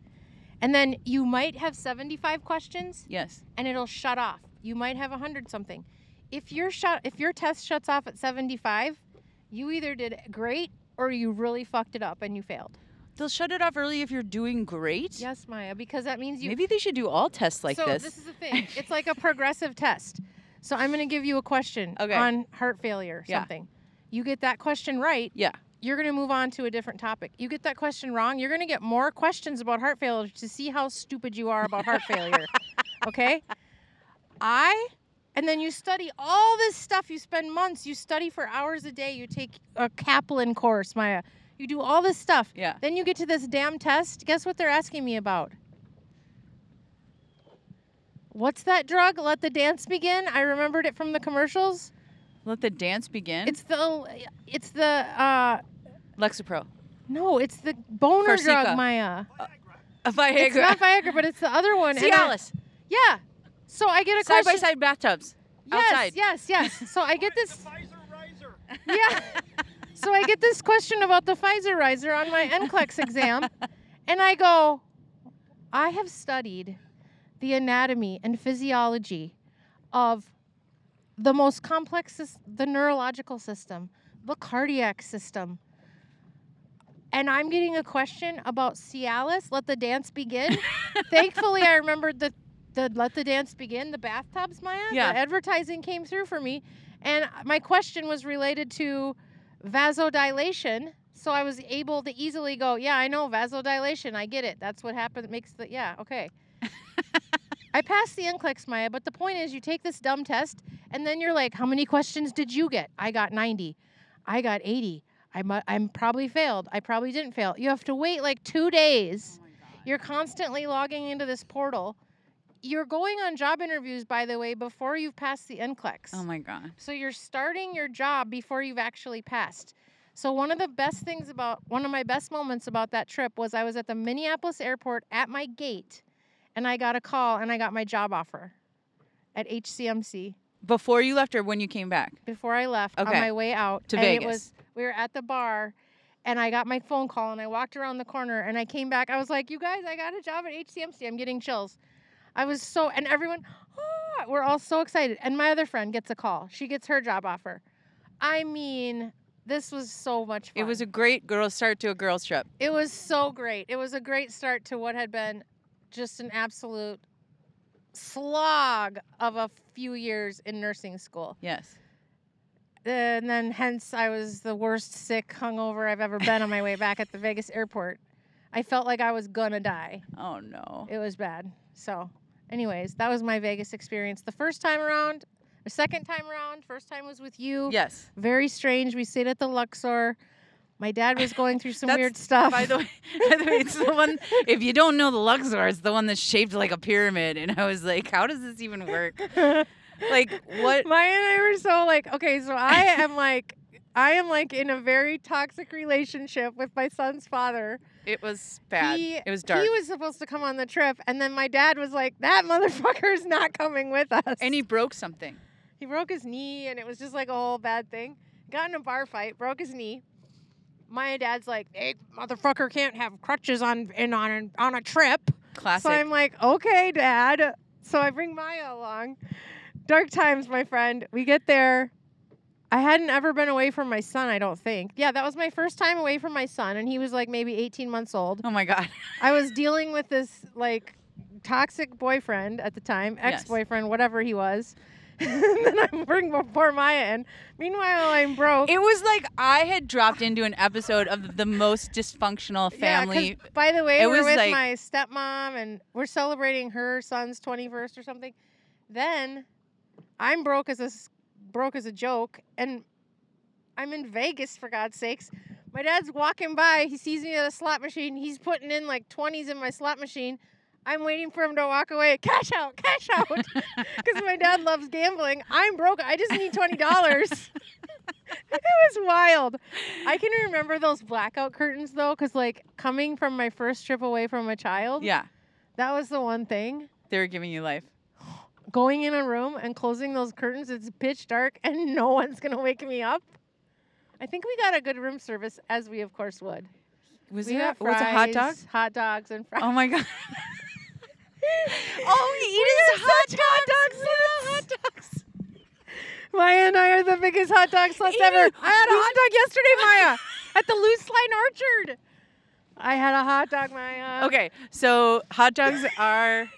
And then you might have 75 questions, Yes. and it'll shut off. You might have 100 something. If your shut, if your test shuts off at 75, you either did great or you really fucked it up and you failed. They'll shut it off early if you're doing great. Yes, Maya, because that means you Maybe they should do all tests like so this. is the thing. It's like a progressive test. So I'm going to give you a question Okay. on heart failure, Yeah. something. You get that question right. Yeah. you're going to move on to a different topic. You get that question wrong, you're going to get more questions about heart failure to see how stupid you are about heart failure. Okay? I and then you study all this stuff. You spend months, you study for hours a day, you take a Kaplan course, Maya. You do all this stuff. Yeah. Then you get to this damn test. Guess what they're asking me about? What's that drug? Let the dance begin. I remembered it from the commercials. Let the dance begin. It's the it's the uh Lexapro. no, it's the boner Farxiga. drug, Maya. A Viagra. It's not Viagra, but it's the other one. and I- Cialis. yeah. So I get a Side by question. side bathtubs. yes, outside. yes, yes. So I get Where's this the Pfizer riser? yeah. So I get this question about the Pfizer riser on my NCLEX exam, and I go, I have studied the anatomy and physiology of the most complex, sys- the neurological system, the cardiac system. And I'm getting a question about Cialis, let the dance begin. Thankfully, I remembered the, the let the dance begin, the bathtubs, Maya. Yeah. The advertising came through for me. And my question was related to vasodilation. So I was able to easily go, yeah, I know vasodilation. I get it. That's what happens. Makes the, yeah, okay. I passed the NCLEX, Maya, but the point is you take this dumb test and then you're like, how many questions did you get? I got 90. I got 80. I mu- I'm probably failed. I probably didn't fail. You have to wait like two Oh days. You're constantly logging into this portal. You're going on job interviews, by the way, before you've passed the NCLEX. Oh my god. So you're starting your job before you've actually passed. So one of the best things about one of my best moments about that trip was I was at the Minneapolis airport at my gate and I got a call and I got my job offer at HCMC Before you left or when you came back? before I left Okay. on my way out To and Vegas. It was we were at the bar and I got my phone call and I walked around the corner and I came back. I was like, "You guys, I got a job at HCMC. I'm getting chills." I was so and everyone, "Oh," we're all so excited. And my other friend gets a call. She gets her job offer. I mean, this was so much fun. It was a great girl start to a girls trip. It was so great. It was a great start to what had been just an absolute slog of a few years in nursing school Yes. and then hence I was the worst sick hungover I've ever been on my way back at the Vegas airport. I felt like I was gonna die. Oh no. It was bad. So, anyways, that was my Vegas experience. The first time around, the second time around, first time was with you. Yes. Very strange. We stayed at the Luxor. My dad was going through some That's- weird stuff. By the way, by the way, it's the one. If you don't know the Luxor, it's the one that's shaped like a pyramid. And I was like, how does this even work? Like what? Maya and I were so like, okay, so I am like, I am like in a very toxic relationship with my son's father. It was bad. He, it was dark. He was supposed to come on the trip, and then my dad was like, "That motherfucker's not coming with us." and he broke something. he broke his knee, and it was just like a whole bad thing. Got in a bar fight, broke his knee. My dad's like, "Hey, motherfucker can't have crutches on in on an- on a trip." Classic. So I'm like, "Okay, dad." So I bring Maya along. Dark times, my friend. We get there. I hadn't ever been away from my son, I don't think. Yeah, that was my first time away from my son, and he was like maybe 18 months old. oh my god. I was dealing with this like toxic boyfriend at the time, Yes. ex-boyfriend, whatever he was. and then I bring poor Maya in. Meanwhile, I'm broke. It was like I had dropped into an episode of the most dysfunctional Yeah, 'cause, family. by the way, it we're was with like- my stepmom, and we're celebrating her son's 21st or something. Then I'm broke as a s- broke as a joke, and I'm in Vegas for God's sakes. My dad's walking by. He sees me at a slot machine. He's putting in like 20s in my slot machine. I'm waiting for him to walk away. Cash out, cash out. Because my dad loves gambling. I'm broke. I just need $20. it was wild. I can remember those blackout curtains though, because like coming from my first trip away from a child, yeah, that was the one thing. they were giving you life. Going in a room and closing those curtains, it's pitch dark and no one's gonna wake me up. I think we got a good room service, as we of course would. Was we it a, got was it a hot dog? fries, hot dogs, and fries. Oh, Oh my god. All we eat is hot dogs. Hot dogs. Maya and I are the biggest hot dog sluts Eat ever. it. I had a hot dog yesterday, Maya, at the Loose Line Orchard. I had a hot dog, Maya. Okay, so hot dogs are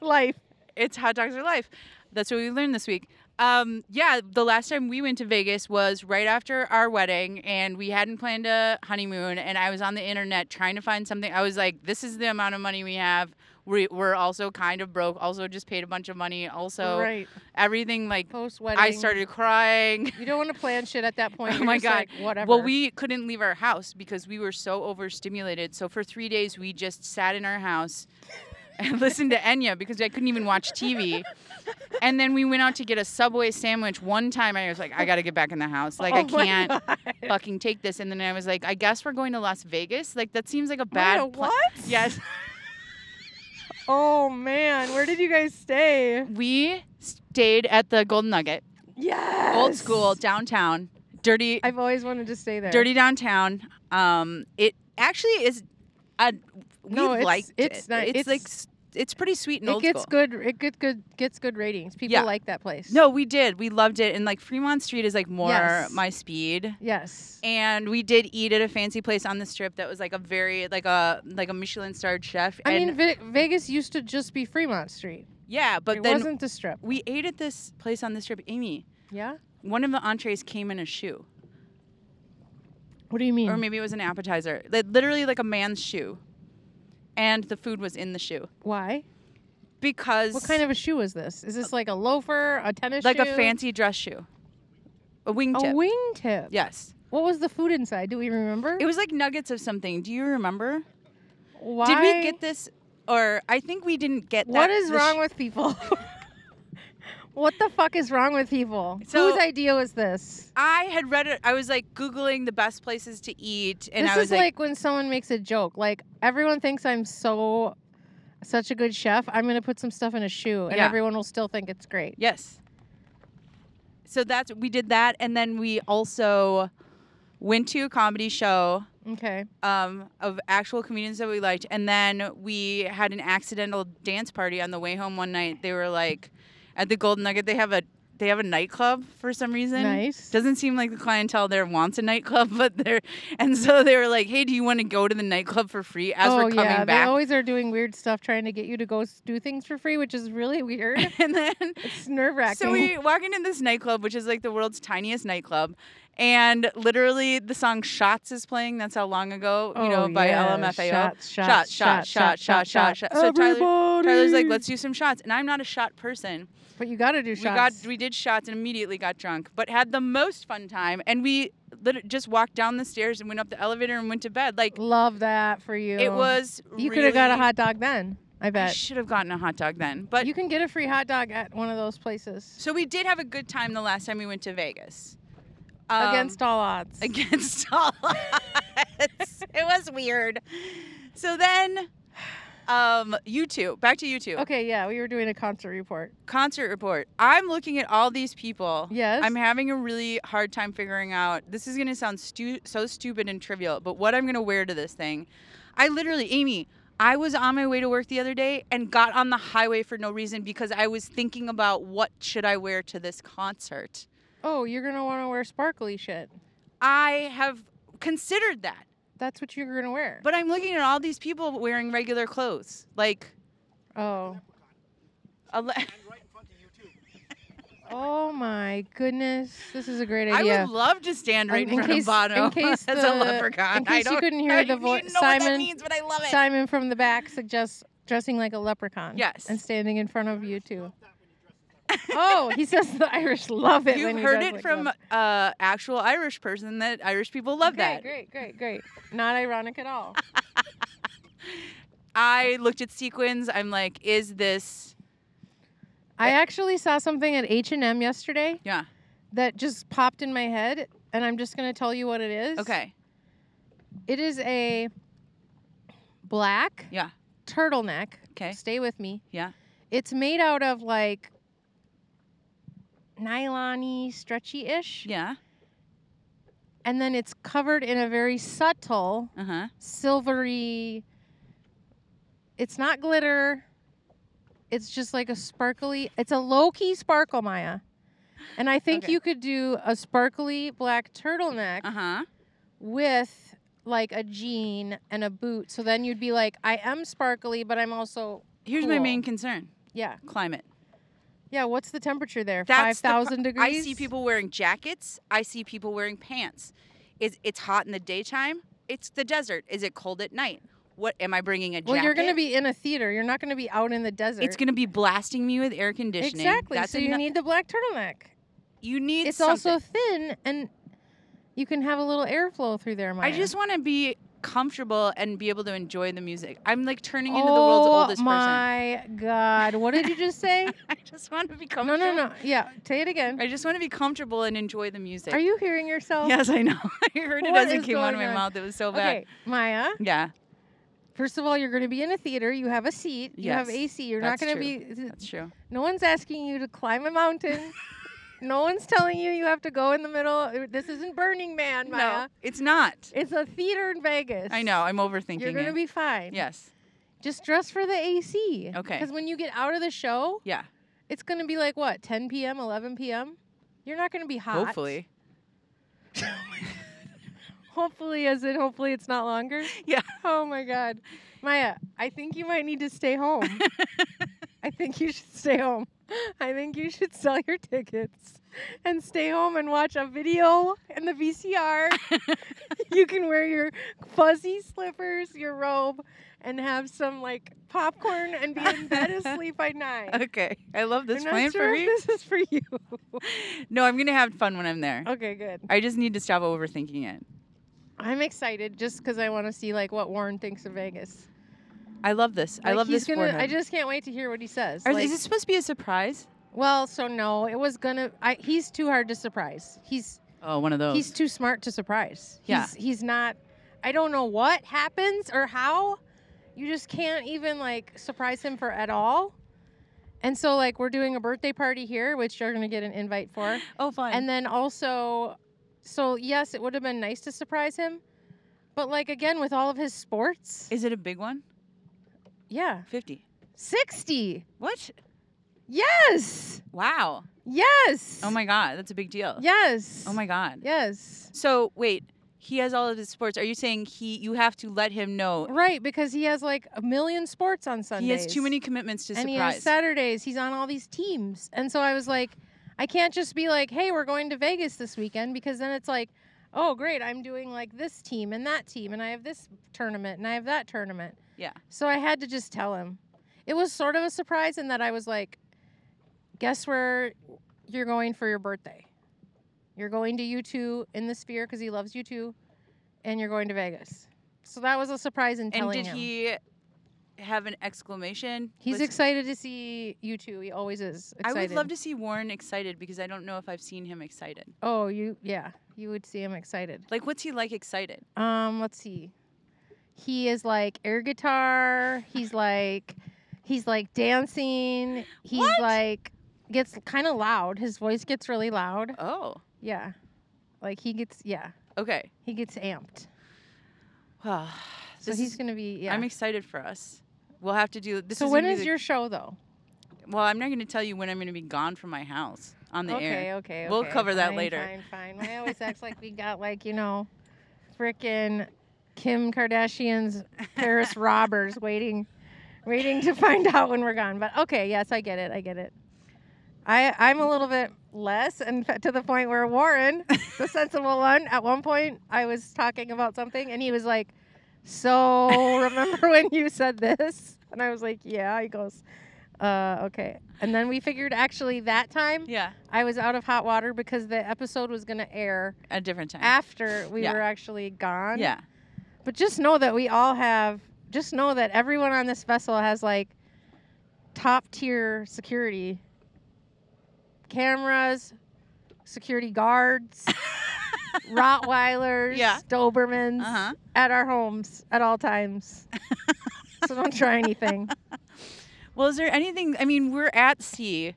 life. it's hot dogs are life. That's what we learned this week. Um, yeah, the last time we went to Vegas was right after our wedding, and we hadn't planned a honeymoon. And I was on the internet trying to find something. I was like, "This is the amount of money we have. We, we're also kind of broke. Also, just paid a bunch of money. Also, right. everything like Post wedding. I started crying. You don't want to plan shit at that point. Oh You're my just God. Like, whatever. Well, we couldn't leave our house because we were so overstimulated. So for three days, we just sat in our house and listened to Enya because I couldn't even watch TV. And then we went out to get a Subway sandwich. One time, I was like, I got to get back in the house. Like, I Oh my can't God. fucking take this. And then I was like, I guess we're going to Las Vegas. Like, that seems like a bad. Maya, pla- what? Yes. Oh man, where did you guys stay? We stayed at the Golden Nugget, Yes. old school, downtown, dirty, I've always wanted to stay there. dirty downtown. Um, it actually is. Uh, we No, it's- liked it's it. ni- It's, it's- like s- it's pretty sweet and It old gets school. good. It get good. Gets good ratings. People Yeah. like that place. No, we did. We loved it, and like Fremont Street is like more Yes. my speed. Yes. And we did eat at a fancy place on the strip that was like a very like a like a Michelin starred chef. I and mean, Ve- Vegas used to just be Fremont Street. yeah, but it then wasn't the Strip. we ate at this place on the strip. Amy, Yeah. one of the entrees came in a shoe, What do you mean? or maybe it was an appetizer. Like literally like a man's shoe, and the food was in the shoe Why? because What kind of a shoe is this? Is this like a loafer, a tennis Uh, like shoe? a fancy dress shoe, a A wingtip. wingtip. yes, What was the food inside? Do we remember? it was like nuggets of something. Do you remember? Why? Did we get this? Or I think we didn't get. What that, is the wrong sh- with people? what the fuck is wrong with people? So- Whose idea was this? I had read it. I was like googling the best places to eat, and this I was is like, when someone makes a joke. Like everyone thinks I'm so such a good chef. I'm gonna put some stuff in a shoe, and Yeah. everyone will still think it's great. yes. So that's we did that, and then we also went to a comedy show Okay. um, of actual comedians that we liked, and then we had an accidental dance party on the way home one night. They were like, at the Golden Nugget, they have a they have a nightclub for some reason. Nice. Doesn't seem like the clientele there wants a nightclub, but they're and so they were like, "Hey, do you want to go to the nightclub for free?" As oh we're coming yeah, back, they always are doing weird stuff, trying to get you to go s- do things for free, which is really weird. and then it's nerve wracking. so we walk into this nightclub, which is like the world's tiniest nightclub, and literally the song "Shots" is playing. That's how long ago, you know, by LMFAO. Oh, Shots, shot, shots, shot, shot, shot, shot, shot. So Tyler, Tyler's like, let's do some shots, and I'm not a shot person. But you gotta do shots. We got, we did shots and immediately got drunk, but had the most fun time. And we lit- just walked down the stairs and went up the elevator and went to bed. Like Love that for you. it was. You could have got a really- hot dog then. I I bet. should have gotten a hot dog then, but you can get a free hot dog at one of those places so we did have a good time the last time we went to Vegas. Um, against all odds. against all odds. it was weird. So then, um, you two, back to you two. Okay, yeah, we were doing a concert report. concert report. I'm looking at all these people. Yes. I'm having a really hard time figuring out. This is going to sound stu- so stupid and trivial, but what I'm going to wear to this thing. I literally, Amy, I was on my way to work the other day and got on the highway for no reason because I was thinking about what should I wear to this concert. oh, you're gonna want to wear sparkly shit. I have considered that, That's what you're gonna wear. but I'm looking at all these people wearing regular clothes. Like, oh, a le- oh my goodness, this is a great I idea. would love to stand right Um, in, in front case- of Bono in case as the- a leprechaun. in I case you don't- couldn't hear I the don't vo- even know what that Simon- means, but I love it. Simon from the back suggests dressing like a leprechaun. Yes. and standing in front of you too. oh, he says the Irish love it. when You've you heard dress it like from lepre- uh, actual Irish person that Irish people love okay, that. Great, great, great. Not ironic at all. I looked at sequins. I'm like, is this? I actually saw something at H and M yesterday Eh. Yeah. that just popped in my head, and I'm just gonna tell you what it is. Okay. It is a black Yeah. turtleneck. Okay. Stay with me. Yeah. It's made out of like nylon-y, stretchy-ish, Yeah. and then it's covered in a very subtle Uh huh. silvery. It's not glitter. It's just like a sparkly. It's a low key sparkle, Maya. And I think Okay. you could do a sparkly black turtleneck Uh huh. with like a jean and a boot. So then you'd be like, I am sparkly, but I'm also Here's my Cool. main concern: yeah, climate. Yeah, what's the temperature there? That's the pro- 5,000 degrees? I see people wearing jackets. I see people wearing pants. Is it's hot in the daytime? It's the desert. Is it cold at night? What am I bringing a jacket? Well, you're going to be in a theater. You're not going to be out in the desert. It's going to be blasting me with air conditioning. Exactly. That's so you ano- need the black turtleneck. you need. It's, something. also thin and you can have a little airflow through there, Maya. I just want to be comfortable and be able to enjoy the music. I'm like turning into the world's oldest oh my god! What did you just say? person. I just want to be no, comfortable. no, no. Yeah, say it again. I just want to be comfortable and enjoy the music. Are you hearing yourself? Yes, I know. I heard it What as it is came out of going my on? mouth. It was so bad. Okay, Maya. Yeah, First of all, you're going to be in a theater. You have a seat. You have Yes, AC. You're that's not true. going to be. that's true. No one's asking you to climb a mountain. no one's telling you you have to go in the middle. This isn't Burning Man, Maya. No, it's not. It's a theater in Vegas. I know. I'm overthinking You're going to it. be fine. yes. Just dress for the AC. Okay. Because when you get out of the show, Yeah. it's going to be like what, 10 p.m., 11 p.m. You're not going to be hot. Hopefully. Hopefully, as in hopefully it's not longer. Yeah. Oh my God, Maya, I think you might need to stay home. I think you should stay home. I think you should sell your tickets and stay home and watch a video in the VCR. you can wear your fuzzy slippers, your robe, and have some like popcorn and be in bed asleep by nine. Okay. I love this I'm not plan sure for if me. This is for you. No, I'm gonna have fun when I'm there. okay, good. I just need to stop overthinking it. I'm excited just because I want to see like what Warren thinks of Vegas. I love this. I Like, love he's this gonna, forehead. I just can't wait to hear what he says. Are- Like, is this supposed to be a surprise? well, so no, it was gonna. I, he's too hard to surprise. He's Oh, one of those. he's too smart to surprise. Yeah. He's, he's not. I don't know what happens or how. You just can't even like surprise him for at all. And so like we're doing a birthday party here, which you're gonna get an invite for. oh, fun. And then also, so yes, it would have been nice to surprise him, but like again with all of his sports, is it a big one? yeah, Fifty. sixty. What? Yes, Wow. yes. Oh my God, that's a big deal. Yes. Oh my God. Yes. So wait, he has all of his sports. Are you saying he? You have to let him know Right, because he has like a million sports on Sundays. he has too many commitments to and he has surprise. Saturdays. He's on all these teams, and so I was like, I can't just be like, "Hey, we're going to Vegas this weekend," because then it's like, "Oh, great, I'm doing like this team and that team, and I have this tournament and I have that tournament." Yeah. So I had to just tell him. It was sort of a surprise in that I was like, "Guess where you're going for your birthday? You're going to U2 in the Sphere because he loves U2, and you're going to Vegas." So that was a surprise in and telling did him. he have an exclamation? He's Was- excited to see you two. He always is. I Excited. would love to see Warren excited because I don't know if I've seen him excited. Oh, you yeah, you would see him excited. Like, what's he like excited? Um, let's see. He is like air guitar. He's like, he's like dancing. He's What? like gets kind of loud. His voice gets really loud. Oh, Yeah, like he gets yeah, okay. he gets amped. Well, So this he's is- gonna be yeah. I'm excited for us. We'll have to do this. so is when gonna be is the- your show though? Well, I'm not going to tell you when I'm going to be gone from my house on the okay, air. okay, okay. We'll cover that fine, later. Fine, fine. I always acts like we got like you know, frickin' Kim Kardashian's Paris robbers waiting, waiting to find out when we're gone. But okay, yes, I get it. I get it. I I'm a little bit less, and f- to the point where Warren, the sensible one, at one point I was talking about something, and he was like, "So remember when you said this?" And I was like, "Yeah." He goes. Uh, okay. And then we figured actually that time Yeah, I was out of hot water because the episode was going to air at different time. after we Yeah. were actually gone. yeah, But just know that we all have, just know that everyone on this vessel has like top tier security cameras, security guards, Rottweilers, Yeah. Dobermans Uh-huh. at our homes at all times. so don't try anything. Well, is there anything? I mean, we're at sea.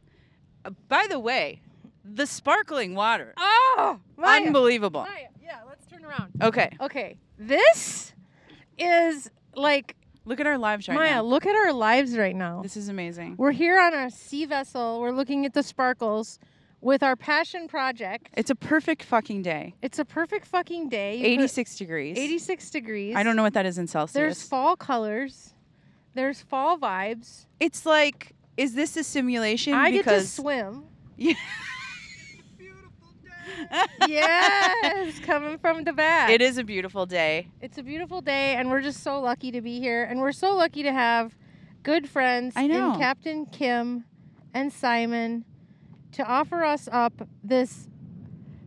Uh, by the way, the sparkling water, Oh, Maya. unbelievable. Maya. Yeah, let's turn around. Okay, Okay, this is like look at our lives right Maya. now. Look at our lives right now. This is amazing. We're here on a sea vessel. We're looking at the sparkles with our passion project. It's a perfect fucking day. It's a perfect fucking day. You put 86 degrees. 86 degrees. I don't know what that is in There's Celsius. fall colors. There's fall vibes. it's like Is this a simulation? I get to because swim. Yeah. yes, coming from the back. it is a beautiful day. It's a beautiful day, and we're just so lucky to be here. And we're so lucky to have good friends I know. in Captain Kim and Simon to offer us up this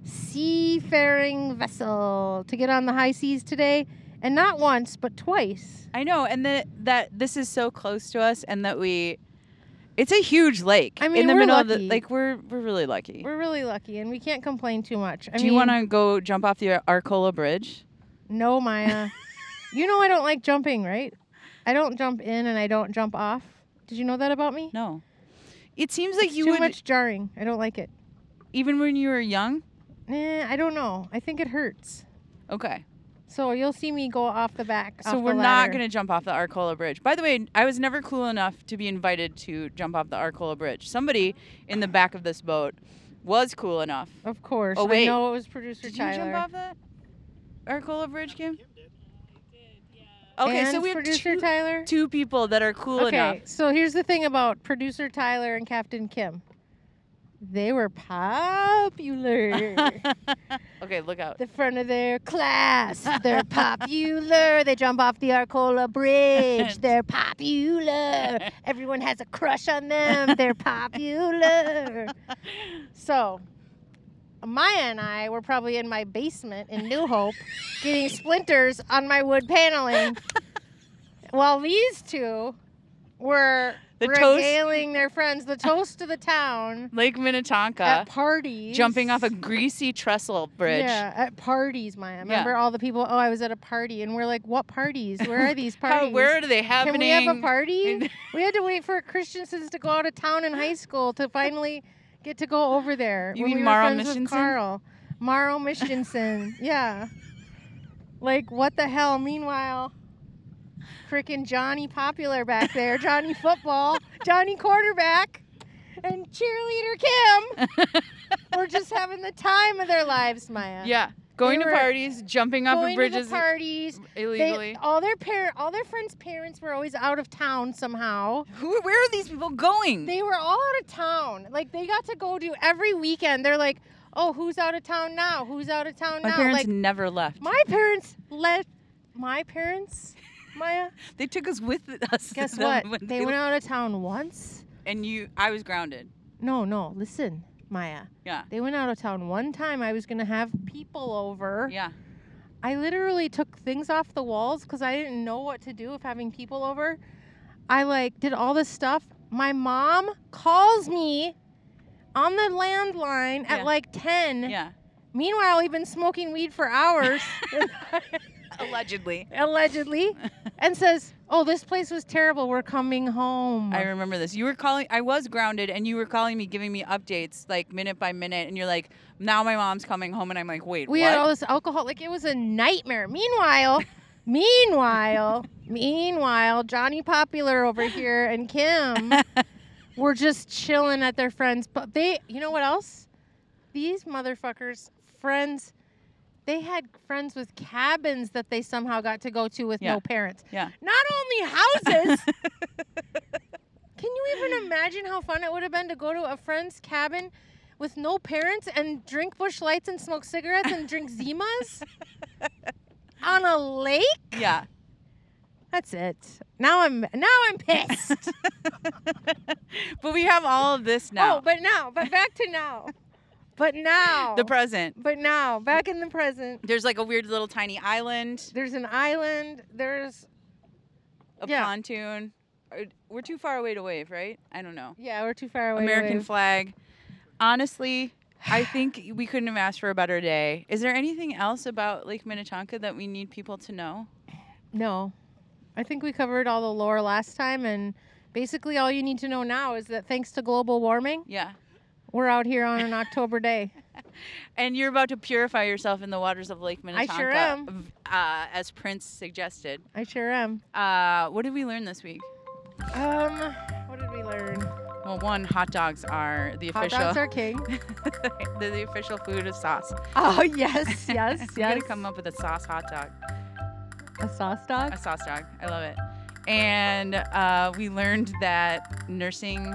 seafaring vessel to get on the high seas today. And not once, but twice. I know, and that that this is so close to us, and that we, it's a huge lake. I mean, in the we're middle of lucky. the like, we're we're really lucky. We're really lucky, and we can't complain too much. I Do mean, you want to go jump off the Arcola Bridge? No, Maya. you know I don't like jumping, right? I don't jump in and I don't jump off. Did you know that about me? No. It seems like It's you too would, much jarring. I don't like it. even when you were young. Eh, I don't know. I think it hurts. Okay, So you'll see me go off the back. so we're not gonna jump off the Arcola Bridge. By the way, I was never cool enough to be invited to jump off the Arcola Bridge. Somebody in the back of this boat was cool enough. gonna. Of course. Oh, I wait. know it was producer Did Tyler. you jump off that Arcola Bridge, Kim? Okay, so And we have producer two, Tyler. two people that are cool okay, enough. so here's the thing about producer Tyler and Captain Kim. They were popular. okay, look out. the front of their class. They're popular. They jump off the Arcola Bridge. They're popular. Everyone has a crush on them. They're popular. So, Maya and I were probably in my basement in New Hope getting splinters on my wood paneling while these two were The toast- regaling their friends the toast of the town Lake Minnetonka at parties. jumping off a greasy trestle bridge. Yeah, at parties, Maya. Remember all the people? Oh, I was at a party, and we're like, "What parties? Where are these How- parties? where are they Can happening? we have a party?" And- we had to wait for Christensen's to go out of town in high school to finally get to go over there. You when mean we were Maro friends with Mishinson? Carl, Maro Mishinson. yeah. Like what the hell? Meanwhile, freaking Johnny Popular back there, Johnny Football, Johnny Quarterback, and cheerleader Kim. We're just having the time of their lives, Maya yeah, going They to were parties, jumping off going of bridges eh, to the parties. illegally. They, all their par- all their friends' parents were always out of town somehow. Who, where are these people going? They were all out of town. Like they got to go do every weekend. They're like, oh, who's out of town now? Who's out of town My now? parents like never left. my parents left. My parents, Maya. they took us with us. to Guess them what? when They went out of town once. and you, I was grounded. No, no. Listen, Maya. Yeah. They went out of town one time. I was gonna have people over. Yeah. I literally took things off the walls because I didn't know what to do with having people over. I like did all this stuff. My mom calls me on the landline Yeah. at like 10. Yeah. Meanwhile, we've been smoking weed for hours, Allegedly. allegedly, and says, Oh, this place was terrible. We're coming home. I remember this. You were calling. I was grounded, and you were calling me, giving me updates like minute by minute. And you're like, "Now my mom's coming home," and I'm like, "Wait, we what?" had all this alcohol. Like it was a nightmare. Meanwhile, meanwhile, meanwhile, Johnny Popular over here and Kim were just chilling at their friends. But they, you know what else? These motherfuckers, friends, they had friends with cabins that they somehow got to go to with Yeah. no parents. Yeah. Not only houses. Can you even imagine how fun it would have been to go to a friend's cabin with no parents and drink bush lights and smoke cigarettes and drink Zimas on a lake? yeah. That's it. Now I'm now I'm pissed. but we have all of this now. Oh, but now, but back to now. But now. the present. but now, back in the present. There's like a weird little tiny island, There's an island. There's a Yeah. pontoon. Uh, We're too far away to wave, right? I don't know. yeah, we're too far away. to American wave. flag. Honestly, I think we couldn't have asked for a better day. Is there anything else about Lake Minnetonka that we need people to know? No. I think we covered all the lore last time and basically all you need to know now is that thanks to global warming, Yeah. we're out here on an October day. And you're about to purify yourself in the waters of Lake Minnetonka. sure am. v- Uh, as Prince suggested. I sure am. Uh, what did we learn this week? Um, what did we learn? Well, one, hot dogs are the Hot official. dogs are king. they're the official food of sauce. Oh yes, yes, You gotta yes. come up with a sauce hot dog, A sauce dog. a sauce dog. I love it. and uh, we learned that nursing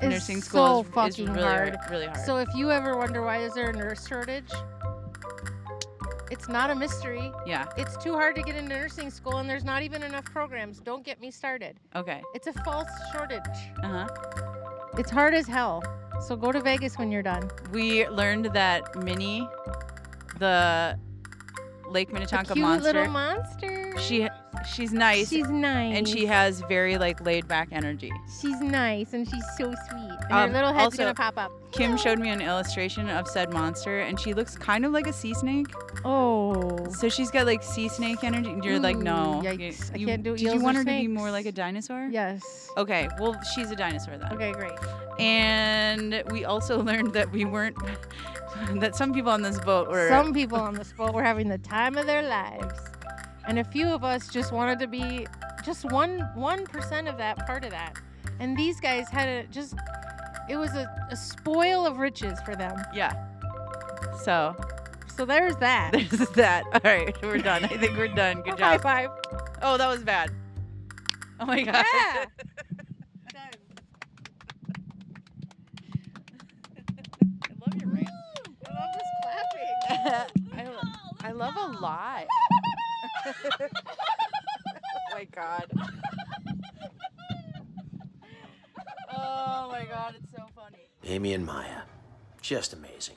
It's nursing so school is, is fucking really hard. really hard. So if you ever wonder why is there a nurse shortage, it's not a mystery. yeah, It's too hard to get into nursing school, and there's not even enough programs. Don't get me started. okay, It's a false shortage. uh huh. It's hard as hell. So go to Vegas when you're done. We learned that Minnie, the Lake The Minnetonka cute little monster, monster. she she's nice She's nice. and she has very like laid back energy. She's nice and she's so sweet. And Um, her little head's also- gonna pop up. Kim showed me an illustration of said monster, and she looks kind of like a sea snake. Oh. So she's got like sea snake energy. and You're like, Ooh, no, you- yikes. I you- can't do Did you eels or want her to be more snakes. like a dinosaur? Yes. Okay, well, she's a dinosaur then. Okay, great. And we also learned that we weren't, that some people on this boat were. Some people on this boat were having the time of their lives, and a few of us just wanted to be just one one percent of that part of that. And these guys had a just it was a, a spoil of riches for them. yeah. So So there's that. there's that. All right, we're done. I think we're done. Good High job. five. Oh, that was bad. Oh my God. Yeah. I love your rant. I love this clapping. I, lo- I love a lot. oh my god. Oh my god, it's so funny. Amy and Maya. Just amazing.